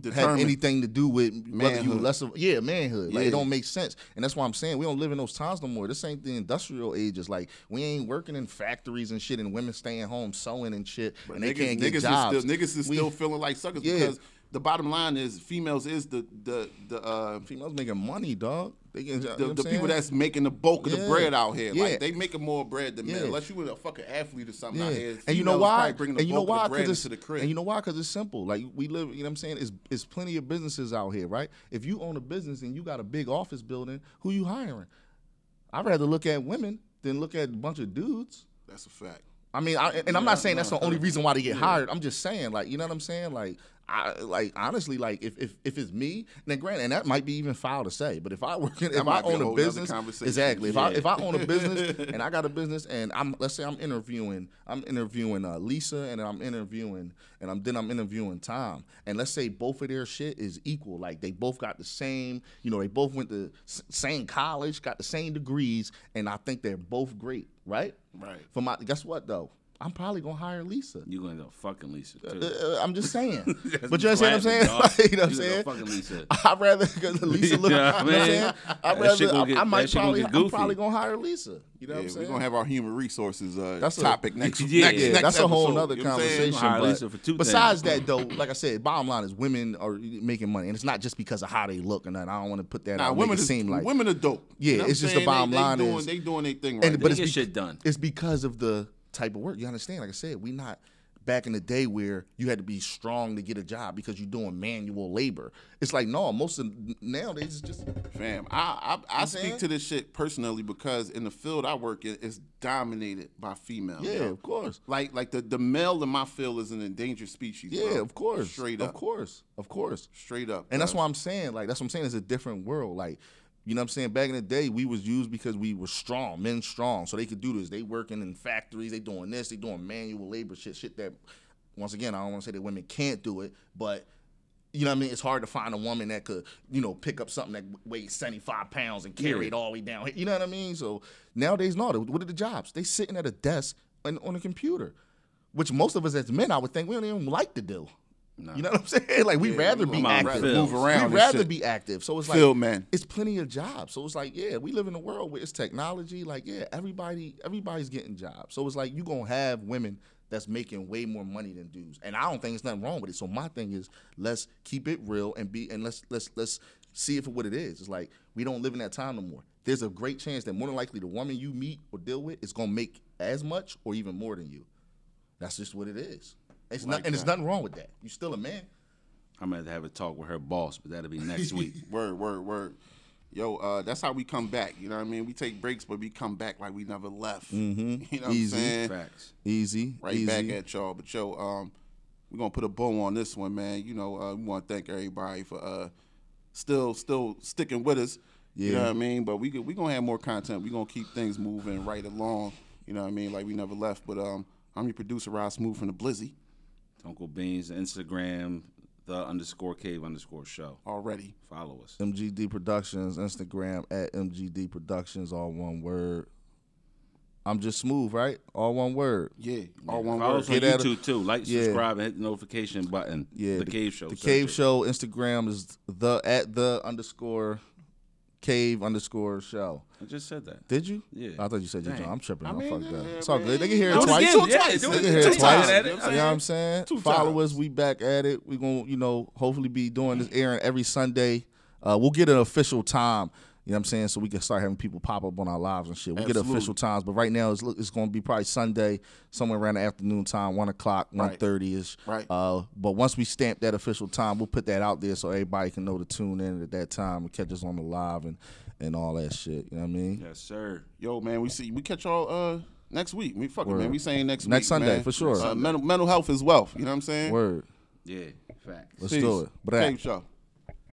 S2: have
S1: Determine.
S2: anything to do with whether you
S1: Manhood.
S2: less of yeah manhood? Like it
S1: Yeah.
S2: don't make sense, and that's why I'm saying we don't live in those times no more. This ain't the industrial ages. Like we ain't working in factories and shit, and women staying home sewing and shit, and they can't get
S1: niggas
S2: jobs.
S1: Is still, niggas is
S2: We-
S1: still feeling like suckers
S2: Yeah.
S1: because the bottom line is females is the the the uh,
S2: females making money, dog. They can,
S1: the, the people that's making the bulk of
S2: Yeah.
S1: the bread out here.
S2: Yeah.
S1: Like they making more bread than men.
S2: Yeah.
S1: Unless you were a fucking athlete or something
S2: Yeah.
S1: out here.
S2: and you know
S1: females
S2: why?
S1: probably Bringing the
S2: And you know
S1: bulk of the
S2: why?
S1: bread
S2: Because it's
S1: into the crib.
S2: and you know why? Because it's simple. Like we live. You know what I'm saying? It's it's plenty of businesses out here, right? If you own a business and you got a big office building, who you hiring? I'd rather look at women than look at a bunch of dudes.
S1: That's a fact.
S2: I mean, I, and I'm not saying that's the only reason why they get hired. I'm just saying, like, you know what I'm saying? Like, I like honestly, like, if if, if it's me, then granted, and that might be even foul to say, but if I work, in, if I
S1: might be a
S2: own a
S1: whole nother
S2: business,
S1: conversation.
S2: exactly. If I
S3: Yeah.
S2: if I own a business and I got a business, and I'm let's say I'm interviewing, I'm interviewing uh, Lisa, and I'm interviewing, and I'm then I'm interviewing Tom, and let's say both of their shit is equal, like they both got the same, you know, they both went to s- same college, got the same degrees, and I think they're both great, right?
S1: Right.
S2: For my guess what though? I'm probably gonna hire Lisa.
S3: You gonna end up fucking Lisa too.
S2: Uh, I'm just saying. but you understand what I'm saying?
S3: Classic,
S2: Like, you know what I'm
S3: dog. You
S2: saying?
S3: gonna fucking Lisa.
S2: I'd rather because Lisa look.
S3: You know what I
S2: you know what I'm
S3: mean?
S2: saying? I'd
S3: That shit
S2: rather.
S3: gonna
S2: I,
S3: get-
S2: I
S3: that
S2: might
S3: shit gonna
S2: probably.
S3: get
S2: I'm
S3: goofy.
S2: probably gonna hire Lisa. You know
S1: Yeah,
S2: what I'm
S1: we're
S2: saying?
S1: gonna have our human resources uh,
S2: That's a-
S1: topic next.
S3: Yeah,
S1: next,
S3: yeah,
S1: next
S2: that's a whole
S1: episode,
S2: other
S1: you know what I'm saying?
S2: conversation.
S3: Hire
S2: but
S3: Lisa for two
S2: besides that, though, like I said, bottom line is women are making money, and it's not just because of how they look, and I don't want to put that.
S1: Nah,
S2: out,
S1: women
S2: make it
S1: is,
S2: seem like
S1: women are dope.
S2: Yeah,
S1: You know what
S2: it's
S1: I'm
S2: just the
S1: saying?
S2: bottom
S1: they,
S2: line
S1: they doing,
S2: is-
S1: they doing their thing right.
S2: and
S1: there.
S2: but it's
S3: get
S2: bec-
S3: shit done.
S2: It's because of the type of work. You understand? Like I said, we not back in the day where you had to be strong to get a job because you're doing manual labor. It's like no, most of nowadays it's just
S1: Fam, I I, I
S2: You
S1: speak
S2: saying?
S1: to this shit personally because in the field I work in, it's dominated by females.
S2: yeah,
S1: yo.
S2: of course.
S1: Like like the, the male in my field is an endangered species.
S2: Yeah,
S1: bro.
S2: of course.
S1: Straight
S2: of
S1: up.
S2: course, of course.
S1: Straight up.
S2: And that's
S1: bro.
S2: why I'm saying, like, that's what I'm saying. It's a different world. Like, you know what I'm saying? Back in the day, we was used because we were strong, men strong, so they could do this. They working in factories, they doing this, they doing manual labor shit, shit that. Once again, I don't want to say that women can't do it, but you know what I mean. It's hard to find a woman that could, you know, pick up something that weighs 75 pounds and carry
S3: Yeah.
S2: it all the way down. here. You know what I mean? So nowadays, no. What are the jobs? They sitting at a desk and on a computer, which most of us as men, I would think we don't even like to do. You know what I'm saying? Like we rather be
S3: I'm out
S2: active,
S3: field.
S1: move around and
S2: We'd rather
S1: shit.
S2: be active. So it's
S1: Field
S2: like
S1: man.
S2: It's plenty of jobs. So it's like yeah, we live in a world where it's technology. Like yeah, everybody everybody's getting jobs. So it's like you gonna have women that's making way more money than dudes, and I don't think it's nothing wrong with it. So my thing is let's keep it real and be and let's let's let's see it for what it is. It's like we don't live in that time no more. There's a great chance that more than likely the woman you meet or deal with is gonna make as much or even more than you. That's just what it is. It's not, and there's nothing wrong with that. You still a man.
S3: I'm gonna have to have a talk with her boss, but that'll be next week.
S1: Word, word, word. Yo, uh, that's how we come back. You know what I mean? We take breaks, but we come back like we never left. You know what
S2: Mm-hmm. Easy.
S1: I'm saying?
S3: Facts.
S2: Easy.
S1: right back at y'all. But yo, um, we're gonna put a bow on this one, man. You know, uh, we want to thank everybody for uh, still still sticking with us. You know
S2: Yeah.
S1: what I mean? But we could- we gonna have more content. We gonna keep things moving right along. You know what I mean? Like we never left. But um, I'm your producer, Rod Smooth from the Blizzy.
S3: Uncle Beans, Instagram, the underscore cave underscore show.
S1: Already,
S3: Follow us.
S2: MGD Productions, Instagram at MGD Productions, all one word. I'm just smooth, right? All one word.
S1: yeah. All one
S3: Follow
S1: word.
S3: us on
S2: Get at
S3: YouTube too. Like,
S2: Yeah.
S3: subscribe, and hit the notification button.
S2: Yeah,
S3: the, Cave Show.
S2: The
S3: Search
S2: Cave
S3: it.
S2: Show Instagram is the at the underscore cave underscore show.
S3: I just said that.
S2: Did you?
S3: Yeah.
S2: I thought you said your
S3: Dang.
S2: John. I'm tripping. I
S1: mean,
S2: am fucked up.
S1: yeah,
S2: It's all good. They can hear
S3: Do
S2: it
S3: it
S2: twice.
S3: again. Yeah, do
S2: They
S3: it
S2: can hear it
S3: two times.
S2: twice.
S3: At it.
S2: You know what I'm saying? Follow us. We back at it. We gonna, you know, hopefully be doing this airing every Sunday. Uh, we'll get an official time. You know what I'm saying? So we can start having people pop up on our lives and shit. We get official times, but right now it's look it's gonna be probably Sunday, somewhere around the afternoon time, one o'clock, one thirty ish.
S1: Right.
S2: Uh, but once we stamp that official time, we'll put that out there so everybody can know to tune in at that time and catch us on the live and and all that shit. You know what I mean?
S3: Yes, sir.
S1: Yo, man, we see we catch y'all uh next week. We fucking
S2: Word.
S1: man. We saying next
S2: Next
S1: week,
S2: Sunday,
S1: man.
S2: for sure.
S1: Uh, mental, mental health is wealth. You know what I'm saying?
S2: Word.
S3: Yeah, facts.
S2: Let's
S1: Peace.
S2: do it. But
S1: Cave show.